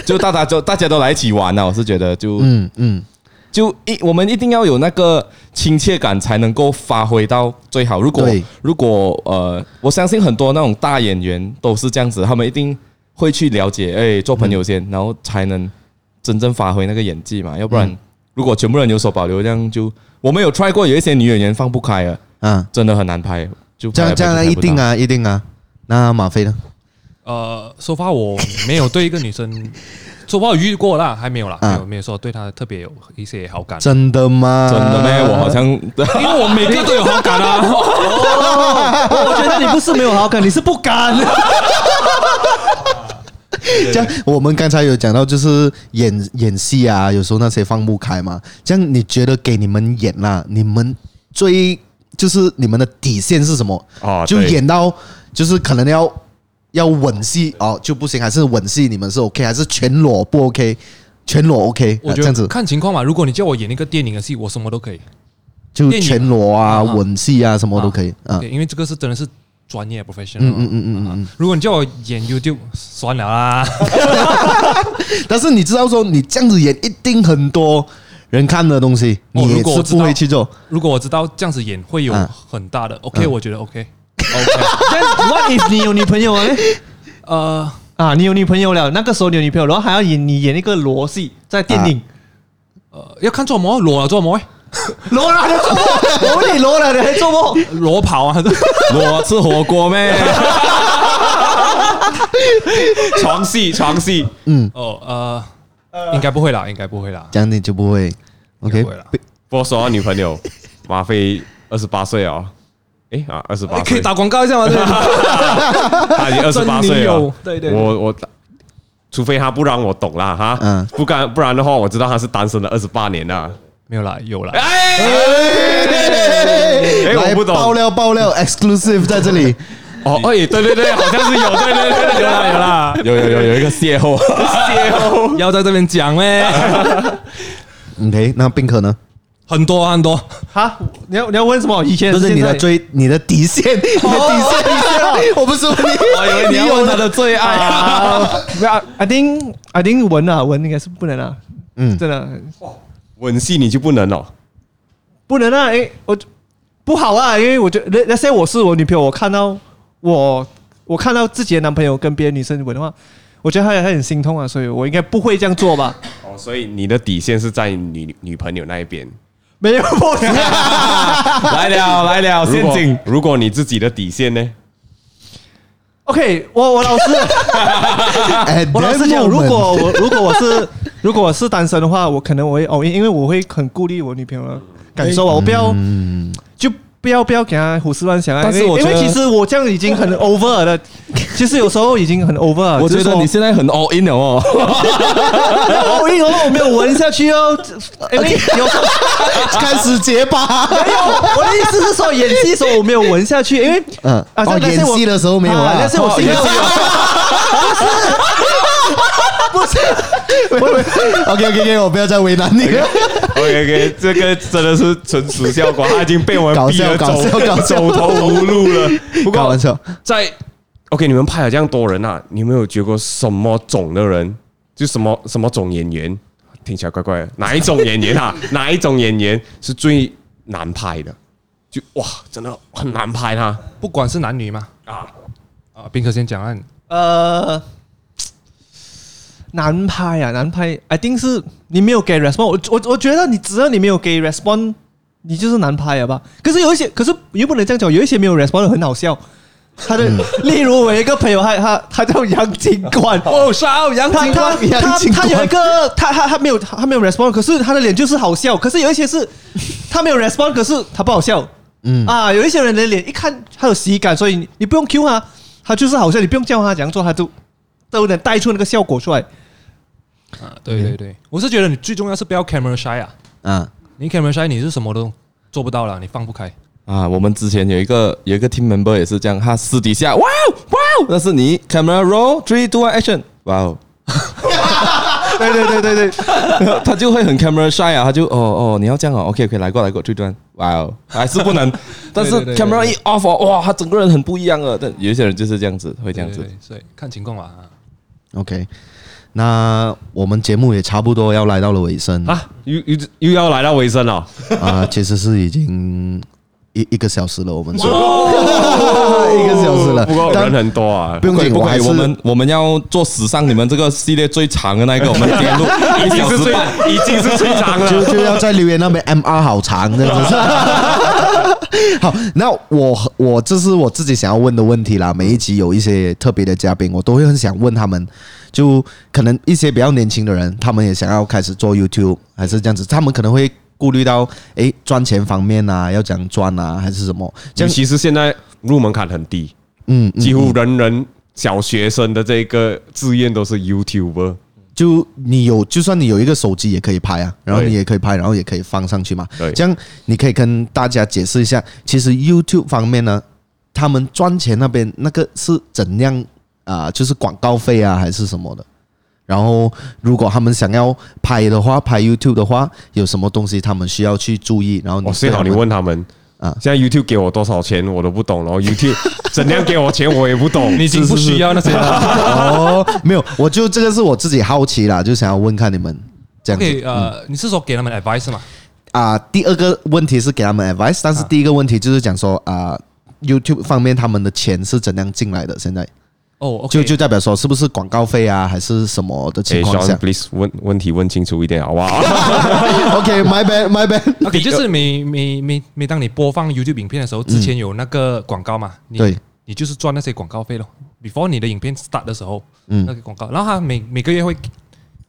S4: 就大家就大家都来一起玩啊，我是觉得就
S2: 嗯嗯，
S4: 就一我们一定要有那个亲切感，才能够发挥到最好。如果
S2: 对
S4: 如果呃，我相信很多那种大演员都是这样子，他们一定会去了解，哎，做朋友
S2: 嗯
S4: 先，然后才能真正发挥那个演技嘛。要不然，
S2: 嗯
S4: 如果全部人有所保留，这样就我们有 try 过，有一些女演员放不开啊，
S2: 啊，
S4: 真的很难拍。就
S2: 这
S4: 拍
S2: 样
S4: 来
S2: 这样
S4: 拍
S2: 呢一
S4: 去哎拍不到
S2: 定啊，一定啊。那马飞呢？
S1: 呃，说话我没有对一个女生说话遇过啦，还没有啦，
S2: 啊
S1: 没有没有说对她特别有一些好感，啊
S2: 真的吗？
S4: 真的咩？我好像
S1: 因为我每个都有好感 啊。
S5: 我觉得你不是没有好感，你是不敢。
S2: 这样，我们刚才有讲到，就是演演戏啊，有时候那些放不开嘛。这样，你觉得给你们演啦、你们最就是你们的底线是什么？
S3: 哦
S2: 就
S3: 对
S2: 演到就是可能要要吻戏哦就不行，还是吻戏你们是 OK，还是全裸不 OK？全裸 OK，
S1: 我
S2: 啊
S1: 觉
S2: 这样
S1: 得
S2: 子
S1: 看情况嘛，如果你叫我演一个电影的戏，我什么都可以，
S2: 就
S1: 电影
S2: 全裸啊、
S1: 啊啊
S2: 吻戏啊，什么都可以啊。
S1: 对，因为这个是真的是专业 professional。啊
S2: 嗯嗯嗯嗯嗯。
S1: 如果你叫我演 YouTube，算了 啦。
S2: 但是你知道说，你这样子演一定很多人看的东西，你
S1: 如
S2: 也
S1: 果
S2: 是
S1: 我知
S2: 不
S1: 道
S2: 会去做。
S1: 如果我知道这样子演会有
S2: 啊
S1: 很大的 OK，
S2: 嗯
S1: 我觉得 OK。
S5: What if 你有女朋友啊？
S1: 呃，
S5: 啊，你有女朋友了，那个时候你有女朋友，然后还要演你演一个裸戏在电影，
S1: 呃要看做么裸了做 么，
S5: 裸了还做梦，我问你裸了你还 做梦？
S1: 裸跑啊，
S4: 我吃火锅咩？
S3: 床戏床戏，
S1: 哦呃，应该不会啦，应该不会啦。
S2: 这样你就不会。OK，
S1: 不会啦
S2: 被
S3: 我说到女朋友，马飞二十八岁哦。哎啊，二十八
S1: 哎可以
S3: 岁，
S1: 打广告一 下吗？对吧
S3: 他已经二十 八
S1: 真女
S3: 岁了
S1: 友。对对对
S3: 我我，除非他不让我懂啦哈，
S2: 嗯
S3: 不然不然的话，我知道他是单身了二十八年了。
S1: 没有啦，有啦。
S3: 哎，哎我不懂
S2: 爆料爆料，exclusive 在这里。
S3: 哦，哎，对对对，好像是有，对对对，对
S1: 有啦有啦，
S4: 有有有有一个邂逅，
S1: 要在这边讲 嘞，
S2: OK，那宾客呢？
S1: 很多啊很多，
S5: 哈，你要你要问什么？以前
S2: 不是你的
S5: 现在
S2: 最你的底线，你的底线，我不是问你，你有
S4: 他的最 爱。
S5: 啊，没有 啊，I think I think 文啊文应该是不能啊，
S2: 嗯
S5: 真的
S3: 吻戏你就不能哦，
S5: 不能啊，因为我不好啊，因为我觉得那那些我是我女朋友，我看到我我看到自己的男朋友跟别的女生吻的话，我觉得她她很心痛啊，所以我应该不会这样做吧？
S3: 哦，所以你的底线是在女女朋友那一边。
S5: 没有，不行
S4: 来了来了，
S3: 如
S4: 陷
S3: 果
S4: 阱
S3: 如果你自己的底线呢？
S5: OK，我我老啊实，我老实讲，如果我如果我是 如果我是单身的话，我可能我会哦，因因为我会很顾虑我女朋友的感受啊，我不要就不要不要给她胡思乱想啊。
S1: 但是
S5: 因为
S1: 我觉
S5: 因
S1: 得
S5: 为其实我这样已经很 over 了， 其实有时候已经很 over 了。
S4: 我觉得你现在很 all in 了哦。
S5: 我因为我没有闻下去哦，因为有时候
S2: 开始结巴，
S5: 我的意思是说演戏的时候我没有闻下去，因为
S2: 嗯，
S5: 啊
S2: 哦，
S5: 像那些
S2: 演
S5: 我
S2: 戏的时候没有
S5: 啊
S2: 啦
S5: 但，是我是因为不是。
S2: OK OK OK，我不要再为难你了。
S3: OK OK，这个真的是纯属效果，他已经被我
S2: 搞
S3: 们逼
S2: 笑
S3: 得
S2: 搞
S3: 走
S2: 笑搞笑
S3: 走投无路了。不
S2: 开
S3: 过
S2: 玩笑，
S3: 在 OK，你们拍了这样多人啊，你有没有觉过什么种的人？就什么什么种演员？听起来怪怪的，哪一种演员啊？哪一种演员是最难拍的？就哇，真的很难拍他
S1: 不管是男女嘛
S3: 啊！
S1: 啊，宾客先讲啊，
S5: 呃，难拍啊，难拍，I think 是你没有给 respond 我。我我觉得你只要你没有给 respond，你就是难拍了吧？可是有一些，可是又不能这样讲，有一些没有 respond 的很好笑。他的，例如我有一个朋友，他他他叫杨警官，
S1: 哦，烧杨
S5: 他他
S2: 杨
S5: 他
S2: 警
S5: 他
S2: 官
S5: 有一个，他他他没有他没有 respond，可是他的脸就是好笑。可是有一些是，他没有 respond，可是他不好笑。
S2: 嗯
S5: 啊，有一些人的脸一看他有喜感，所以你你不用 Q 他，他就是好笑，你不用教他怎样做，他都都能带出那个效果出来。
S1: 啊对对对，我是觉得你最重要是不要 camera shy 啊，
S2: 嗯，
S1: 你 camera shy 你是什么都做不到了，你放不开。
S4: 啊，我们之前有一个有一个 team member 也是这样，他私底下哇哦哇哦，但是你 camera roll three two one action，哇哦，
S5: 对对对对对，
S4: 他就会很 camera shy 啊，他就哦哦你要这样哦，OK OK 来过来过 three two one，哇哦，还是不能，但是
S1: 对对对
S4: camera 一 off 哦，哇，他整个人很不一样了。但有一些人就是这样子，会这样子
S1: 对，对对所以看情况啊。
S2: OK，那我们节目也差不多要来到了尾声啊、
S3: 啊！又又又要来到尾声了，
S2: 其实是已经一一个小时了，我们说、 一个小时了，
S3: 哦不过
S2: 但
S3: 人很多啊
S2: 不。用
S4: 不可以
S2: 紧，
S4: 不
S2: 我
S4: 可
S2: 还
S4: 以，
S2: 是
S4: 我们我们要做史上你们这个系列最长的那一个，我们连录一
S3: 已
S4: 小
S3: 经是
S4: 时
S3: 最
S4: 半。
S3: 已经是最长了，
S2: 就就要在留言那边 M R 好长，真的是。 好，那我我这是我自己想要问的问题啦。每一集有一些特别的嘉宾，我都会很想问他们，就可能一些比较年轻的人，他们也想要开始做 YouTube，还是这样子，他们可能会顾虑到诶赚钱方面啊，要怎样赚啊，还是什么？这
S3: 尤
S2: 样，
S3: 其是现在入门槛很低，
S2: 嗯，嗯
S3: 几乎人人小学生的这个志愿都是 YouTuber。
S2: 就你有，就算你有一个手机也可以拍啊，然后你也可以拍，然后也可以放上去嘛。
S3: 对
S2: 这样你可以跟大家解释一下，其实 YouTube 方面呢，他们赚钱那边那个是怎样啊、就是广告费啊还是什么的。然后如果他们想要拍的话，拍 YouTube 的话，有什么东西他们需要去注意？然后你
S3: 哦，
S2: 最
S3: 幸好你问他们
S2: 啊
S3: 啊，现在 YouTube 给我多少钱我都不懂，然后 YouTube 怎样给我钱我也不懂。
S1: 你已经不需要那些了。
S2: 哦， 没有，我就这个是我自己好奇啦，就想要问看你们这样子。
S1: OK，呃，
S2: 嗯
S1: 你是说给他们 advice 嘛？
S2: 啊、第二个问题是给他们 advice，但是
S5: 啊
S2: 第一个问题就是讲说啊、YouTube 方面他们的钱是怎样进来的？现在
S1: 哦
S2: 就
S1: ，OK，
S2: 就代表说是不是广告费啊，还是什么的情
S3: 哎
S2: 况
S3: ，Sean
S2: 下
S3: please 问问题问清楚一点好不好？
S2: ？OK，my bad，my bad。
S1: OK，就是每每每每当你播放 YouTube 影片的时候，之前有那个广告嘛，你
S2: 对，
S1: 你就是赚那些广告费咯。before 你的影片 start 的时候，
S2: 嗯
S1: 那个广告，然后他每每个月会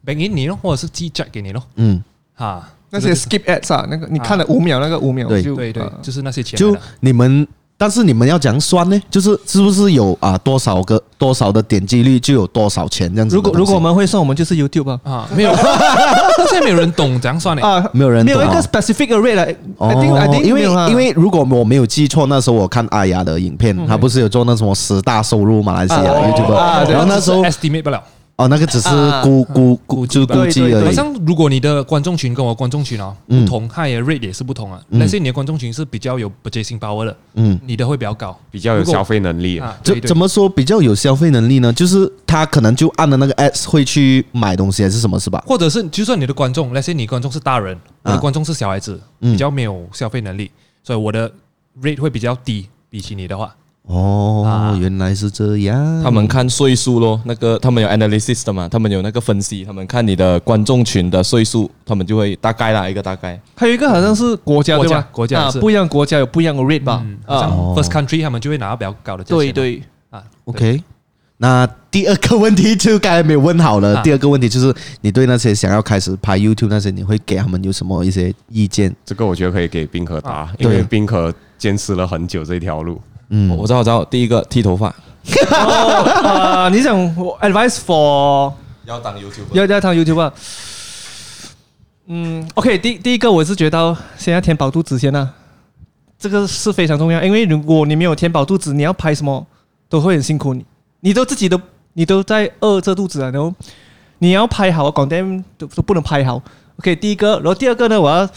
S1: bank in 你咯，或者是寄 jack 给你咯，
S2: 嗯，
S1: 哈，
S5: 那些
S1: 就是
S5: skip ads 啊，那个你看了五秒，那个五秒
S2: 对
S5: 就
S1: 对对
S5: 呃，
S1: 就是那些钱来
S2: 就
S1: 的。
S2: 你们，但是你们要讲算呢，就是是不是有啊、多少个多少的点击率就有多少钱这样子的
S5: 如
S2: 东西？
S5: 果如果我们会算，我们就是 YouTube 啊。
S1: 啊，没有， 现在没有人懂怎样算的。
S5: 啊，
S2: 没有人
S5: 没有一
S2: 懂
S5: 个
S2: 啊
S5: specific array 来
S2: 哦
S5: ，I think I think
S2: 因为
S5: 没有啊嗯
S2: 因为如果我没有记错，那时候我看阿雅的影片，他不是有做那什么十大收入马来西亚
S5: 啊
S2: YouTube，
S5: 啊对
S2: 然后那时候
S1: 就是 estimate 不了，
S2: 哦，那个只是
S5: 啊
S2: 估估估
S1: 估
S2: 就
S1: 计
S2: 估计
S5: 对对
S2: 而
S5: 对
S1: 好
S2: 已。
S1: 像如果你的观众群跟我观众群哦
S2: 嗯
S1: 不同，它也 rate 也是不同啊。
S2: 嗯
S1: 那些你的观众群是比较有 purchasing power 的，
S2: 嗯，
S1: 你的会比较高
S3: 比较有
S1: 如果
S3: 消费能力。
S1: 啊。
S2: 怎
S1: 对对
S2: 怎么说比较有消费能力呢？就是他可能就按了那个 ads 会去买东西还是什么，是吧？
S1: 或者是就算你的观众，那些你观众是大人，我的观众是小孩子，
S2: 啊嗯
S1: 比较没有消费能力，所以我的 rate 会比较低，比起你的话。
S2: 哦
S1: 啊，
S2: 原来是这样。
S4: 他们看岁数咯，那个他们有 analysis 的嘛，他们有那个分析，他们看你的观众群的岁数，他们就会大概啦一个大概。
S5: 还有一个好像是国家
S1: 国
S5: 对
S1: 家
S5: 吧？
S1: 国家
S5: 啊，
S1: 是
S5: 不一样国家有不一样的 rate 吧
S1: 嗯，？
S5: 啊
S1: 像，
S2: 哦
S1: first country 他们就会拿到比较高的价钱嘛。
S5: 对对，
S1: 啊
S2: OK。那第二个问题就刚才没有问好了。
S1: 啊
S2: 第二个问题就是，你对那些想要开始拍 YouTube 那些，你会给他们有什么一些意见？
S3: 这个我觉得可以给冰河答
S1: 啊，
S3: 因为
S2: 对
S3: 冰河坚持了很久这条路。
S4: 我
S2: 嗯
S4: 我知道，我知道，第一个剃头发，
S5: 啊， 你想我 advice for
S4: 要当 YouTube，
S5: 要要当 YouTube 啊？嗯，OK，第第一个我是觉得先要填饱肚子先啊，这个是非常重要，因为如果你没有填饱肚子，你要拍什么都会很辛苦，你你都自己都你都在饿着肚子啊，然后你要拍好，content 啊都都不能拍好。OK，第一个，然后第二个呢，我要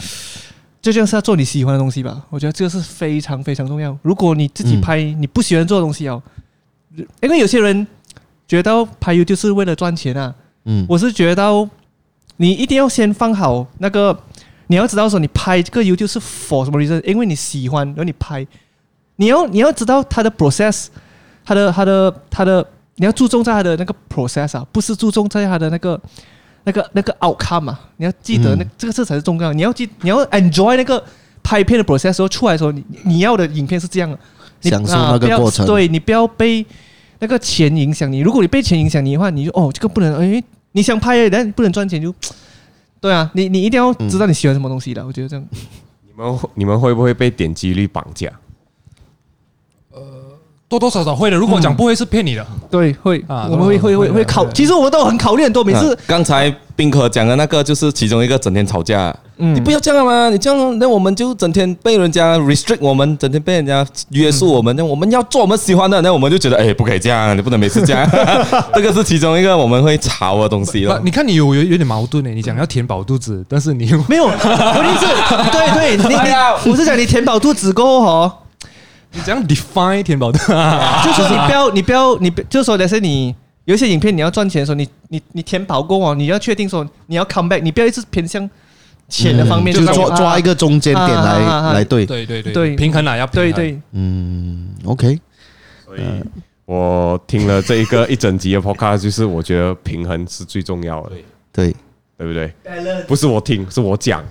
S5: 就像是要做你喜欢的东西吧，我觉得这个是非常非常重要。如果你自己拍你不喜欢做的东西哦，因为有些人觉得拍 YouTube 是为了赚钱啊，
S2: 嗯
S5: 我是觉得哦你一定要先放好那个，你要知道说你拍这个 YouTube 是 for 什么 reason，因为你喜欢，然后你拍，你要你要知道它的 process，它的它的它的，你要注重在它的那个 process 啊，不是注重在它的那个那个那个 outcome 啊，你要记得那、
S2: 嗯
S5: 这个这才是重要，你要记你要 enjoy 那个拍片的 process，时候出来的时候，你你你要的影片是这样的，你
S2: 享受
S5: 啊
S2: 那个
S5: 不要
S2: 过程
S5: 对你不要被那个钱影响你，如果你被钱影响你的话，你就哦这个不能，哎，你想拍，但不能赚钱就。对啊，你你一定要知道你喜欢什么东西的，
S2: 嗯
S5: 我觉得这样。
S3: 你们你们会不会被点击率绑架？
S1: 多多少少会的。如果我讲不会是骗你的，
S2: 嗯
S5: 对，会，
S1: 啊
S5: 我们会
S1: 会
S5: 会会
S1: 会
S5: 会
S1: 会
S5: 考。
S1: 会
S5: 其实我们都很考虑很多，每次
S4: 啊刚才冰可讲的那个就是其中一个整天吵架，
S5: 嗯
S4: 你不要这样嘛，你这样那我们就整天被人家 restrict 我们，整天被人家约束我们，
S5: 嗯
S4: 那我们要做我们喜欢的，那我们就觉得哎不可以这样，你不能每次这样， 这个是其中一个我们会吵的东西
S1: 不
S4: 了，。
S1: 你看你有有有点矛盾欸呢。你讲要填饱肚子，但是你又
S5: 没有，我的意思， 对对， 你你，我是讲你填饱肚子过后哦，
S1: 你怎样 define 填饱肚子？
S5: 就说你不要你不要你不，就说但是你有一些影片你要赚钱的时候，你你你填饱过后哦，你要确定说你要 come back，你不要一直偏向钱的方面，
S2: 就是
S5: 是
S2: 抓
S5: 啊
S2: 抓一个中间点
S5: 啊啊啊啊
S2: 来
S5: 啊
S2: 来对，
S1: 对对对
S5: 对
S1: 平衡啦，啊要平
S5: 对
S1: 衡。
S5: 对，
S2: 嗯，OK，
S3: 所以我听了这一个一整集的 podcast，就是我觉得平衡是最重要的，
S2: 对，
S3: 对不对？不是我听，是我讲。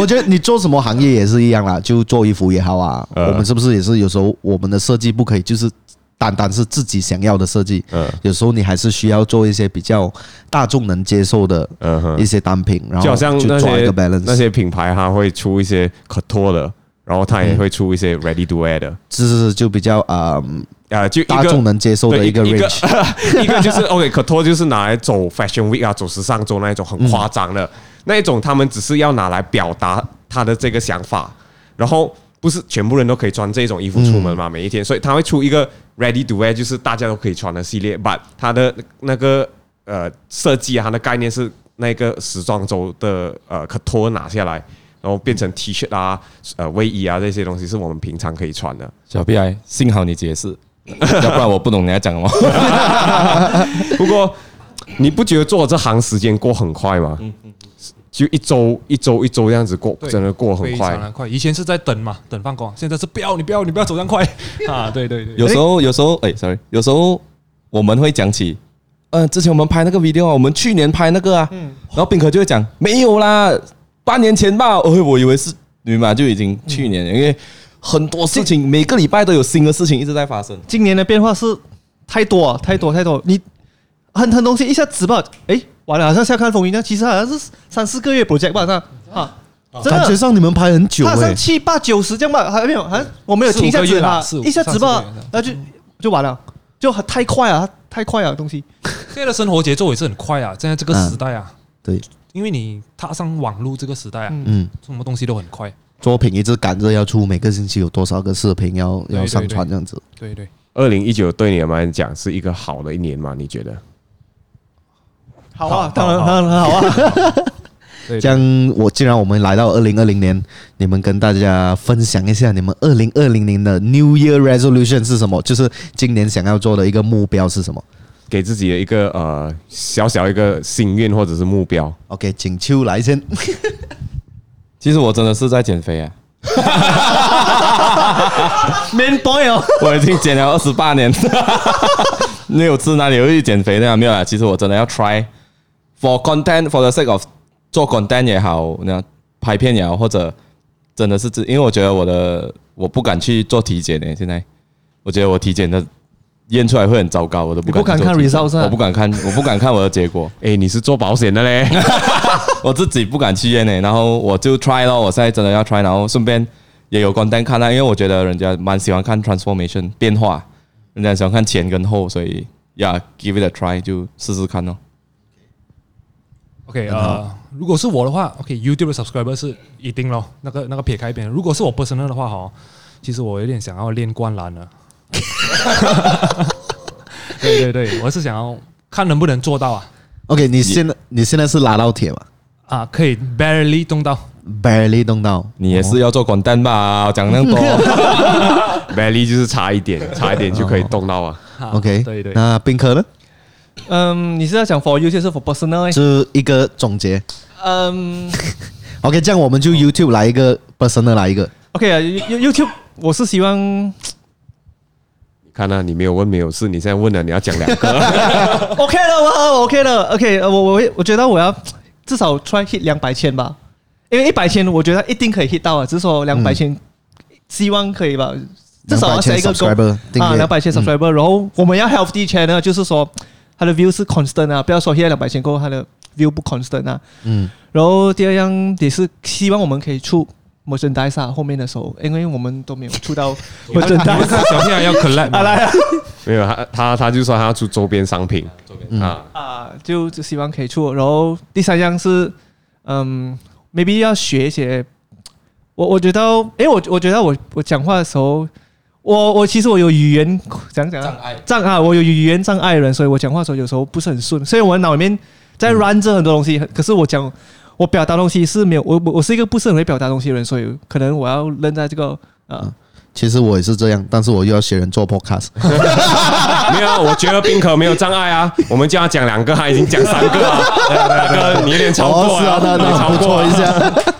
S2: 我觉得你做什么行业也是一样啦，就做衣服也好啊，
S3: 呃
S2: 我们是不是也是有时候我们的设计不可以就是单单是自己想要的设计，
S3: 嗯
S2: 有时候你还是需要做一些比较大众能接受的
S3: 嗯哼
S2: 一，些单品，然后
S3: 就好像那
S2: 就抓一
S3: 些
S2: 个 balance，
S3: 那些品牌，它会出一些 couture 的，然后它也
S2: 嗯
S3: 会出一些 ready to wear 的，
S2: 是是是就比较啊、嗯
S3: 啊，就一
S2: 大众
S3: 个。
S2: 能接受的
S3: 对
S2: 一个
S3: 一个
S2: range，
S3: 一个就是 OK，可托就是拿来走 fashion week 啊，走时尚周那一种很夸张
S2: 嗯
S3: 的、那一种，他们只是要拿来表达他的这个想法，然后不是全部人都可以穿这种衣服出门
S2: 嗯
S3: 嘛，每一天，所以他会出一个 ready to wear，就是大家都可以穿的系列，but 它的那个呃设计啊，它的概念是那个时装周的呃可托拿下来，然后变成 T 恤啊、呃卫衣啊这些东西是我们平常可以穿的。
S4: 小 B I，幸好你解释，要不然我不懂你在讲什么。
S3: 不过你不觉得做这行时间过很快吗？就一周一周一周这样子过，
S1: 嗯对
S3: 真的过很
S1: 非
S3: 快
S1: 常。的快，以前是在等嘛，等放光，现在是不要你不要你不要走这样快啊！对对对，
S4: 有时候，有时候，哎，sorry，有时候我们会讲起，呃，之前我们拍那个 video 啊，我们去年拍那个啊，然后宾可就会讲没有啦，半年前吧，哦，我以为是你嘛，就已经去年了，因为很多事情每个礼拜都有新的事情一直在发生。
S5: 今年的变化是太多太多太多，你很很东西一下子吧，哎，完了，好像下看风云那其实好像是三四个月 project 吧，好像啊，真
S2: 感觉
S5: 的。
S2: 上你们拍很久
S5: 他好
S2: 哎、
S5: 像七八九十这样吧，还没有，好像我没有停一下
S1: 四五个
S5: 子
S1: 月啦
S5: 啊
S1: 四，五
S5: 一下子吧
S1: 三四个月，
S5: 那就就完了，就很太快啊，太快啊东西。
S1: 哎现在的生活节奏也是很快啊，现在这个时代啊，
S2: 对，
S1: 因为你踏上网络这个时代啊，
S2: 嗯，
S1: 什么东西都很快。
S2: 作品一直赶着要出，每个星期有多少个视频要
S1: 对
S2: 要上
S1: 对
S2: 传这样子。
S1: 对对，
S3: 二零一九对你们来讲是一个好的一年吗？你觉得？
S5: 好啊，当然当然很好啊。
S1: 对
S2: 这样，我既然我们来到二零二零年，你们跟大家分享一下你们二零二零年的 New Year Resolution 是什么？就是今年想要做的一个目标是什么
S3: 给自己的一个呃小小一个心愿或者是目标，
S2: ？OK，请秋来先。
S4: 其实我真的是在减肥啊，
S5: Man boy 哦，
S4: 我已经减了二十八年， 没有吃哪里会去减肥的啊没有啦。其实我真的要 try for content for the sake of 做 content 也好，那拍片也好，或者真的是自，因为我觉得我的我不敢去做体检呢、现在我觉得我体检的验出来会很糟糕，我都不敢
S5: 你不敢
S4: 去做
S5: 看
S4: 体检
S5: results 啊
S4: 我不敢看，我不敢看我的结果。
S3: 诶，你是做保险 的嘞？
S4: 我自己不敢去验呢、然后我就 try 咯，我现在真的要 try，然后顺便也有 content 看啊啦，因为我觉得人家蛮喜欢看 transformation 变化，人家喜欢看前跟后，所以呀、yeah,，give it a try 就试试看咯。
S1: OK 呃，如果是我的话，OK，YouTube 的 subscriber 是一定咯，那个那个撇开一边。如果是我 personal 的话，哈，其实我有点想要练灌篮啊了。对对对，我是想要看能不能做到啊
S2: OK，你现在你现在是拉到铁嘛
S1: 啊，可以 barely 动到。
S2: ？Barely 动到，
S4: 你也是要做 content 吧？讲那 么多，
S3: Valley 就是差一点，差一点就可以动到啊。
S1: 啊
S2: OK，
S1: 对对，
S2: 那宾客呢？
S5: 嗯，你是要讲 for you 还是 for personal？欸
S2: 是一个总结。
S5: 嗯
S2: OK，这样我们就 YouTube 来一个，personal 来一个。
S5: ，OK 啊，You YouTube，我是希望
S3: 你看啊，你没有问没有事，你现在问了，你要讲两 个。
S5: OK 了，我 OK 了，OK，呃我我会我觉得我要至少 try hit 两百千吧，因为一百千我觉得一定可以 hit 到啊，只是说两百千，希望可以吧，至少要
S2: 200
S5: 设一个 goal
S2: subscriber，订
S5: 啊，
S2: 阅
S5: 两百千 subscriber，、然后我们要 healthy channel，就是说它的 view 是 constant 啊，不要说 hit 两百千过后它的 view 不 constant 啊，
S2: 嗯，
S5: 然后第二样也是希望我们可以出 merchandise 啊，后面的时候，因为我们 都没有出到
S1: 你
S5: merchandise，
S1: 们是小天要 collab 啊吗
S3: 没有，他他他就说他要出周边商品
S1: 嗯
S3: 啊，
S5: 啊，就就希望可以出。然后第三样是，嗯，maybe 要学一些。我我觉得，诶，我我觉得我我讲话的时候，我我其实我有语言讲讲啊
S4: 碍
S5: 障碍，我有语言障碍的人，所以我讲话的时候有时候不是很顺。所以我脑里面在 run 着很多东西，可是我讲我表达东西是没有，我我我是一个不是很会表达东西的人，所以可能我要扔在这个呃，
S2: 其实我也是这样，但是我又要学人做 podcast。
S3: 没有啊，我觉得宾可没有障碍啊。我们叫他讲两个，啊他已经讲三个了，大哥你有点超过
S2: 哦，是啊
S3: 了，，
S2: 哦那
S3: 你
S2: 那
S3: 超
S2: 不
S3: 过
S2: 错一
S3: 了。
S2: 下。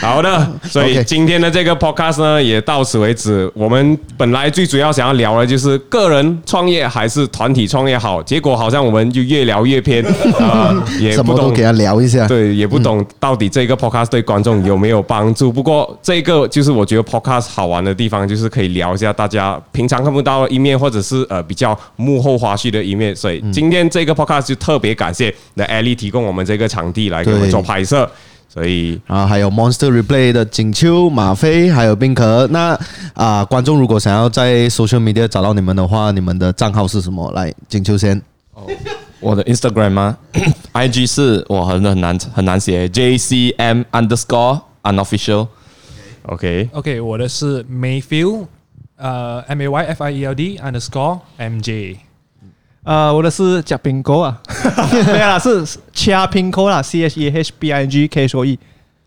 S3: 好的，所以
S2: OK
S3: 今天的这个 podcast 呢，也到此为止。我们本来最主要想要聊的就是个人创业还是团体创业好，结果好像我们就越聊越偏，啊，也
S2: 什
S3: 不
S2: 么都
S3: 懂
S2: 给他聊一下。
S3: 对，也不懂到底这个 podcast 对观众有没有帮助。不过这个就是我觉得 podcast 好玩的地方，就是可以聊一下大家平常看不到的一面，或者是呃比较幕后花絮的一面。所以今天这个 podcast 就特别感谢那 Ellie 提供我们这个场地来给我们
S2: 对
S3: 做拍摄。所以
S2: 然啊后还有 Monster Replay 的景秋、马飞，还有冰壳。那啊、观众如果想要在 social media 找到你们的话，你们的账号是什么？来，景秋先。
S4: 我的 Instagram 吗？IG 是我很很难很难写，JCM underscore unofficial。
S3: OK，
S1: OK，我的是 Mayfield，呃，M A Y F I E L D underscore M J。
S5: 呃，我的是贾冰哥啊， 没有啦，是 Chia p i n k o 啦，C H E H B I N G K E 所以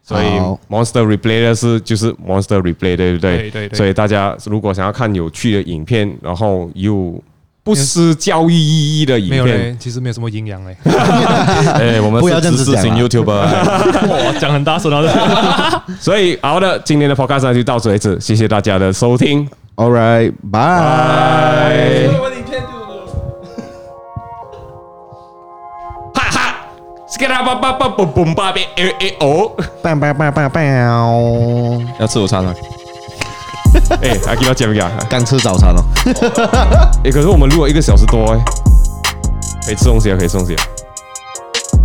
S3: 所以
S2: 好
S3: Monster Replay 的是就是 Monster Replay，对不对？
S1: 对对对
S3: 所以大家如果想要看有趣的影片，然后又不失教育意义的影
S1: 没有嘞
S3: 片，，
S1: 其实没有什么营养嘞。
S4: 哎，我们
S2: 不要这样子
S4: 是知识
S2: 讲啊
S4: 型
S2: 啦
S4: YouTuber，啊
S1: 哇，讲很大声啊！
S3: 所以好的，今天的 podcast 呢就到此为止，谢谢大家的收听。
S2: All right，bye
S3: 哈哈，skra 巴巴巴嘣嘣巴贝 A A O，
S2: 拜拜拜拜拜。
S4: 要吃午餐啊吗？
S3: 哎，还给他讲一下，
S2: 刚吃早餐了。哦
S3: 哎，可是我们录了一个小时多哎，可以吃东西啊，可以吃东西啊。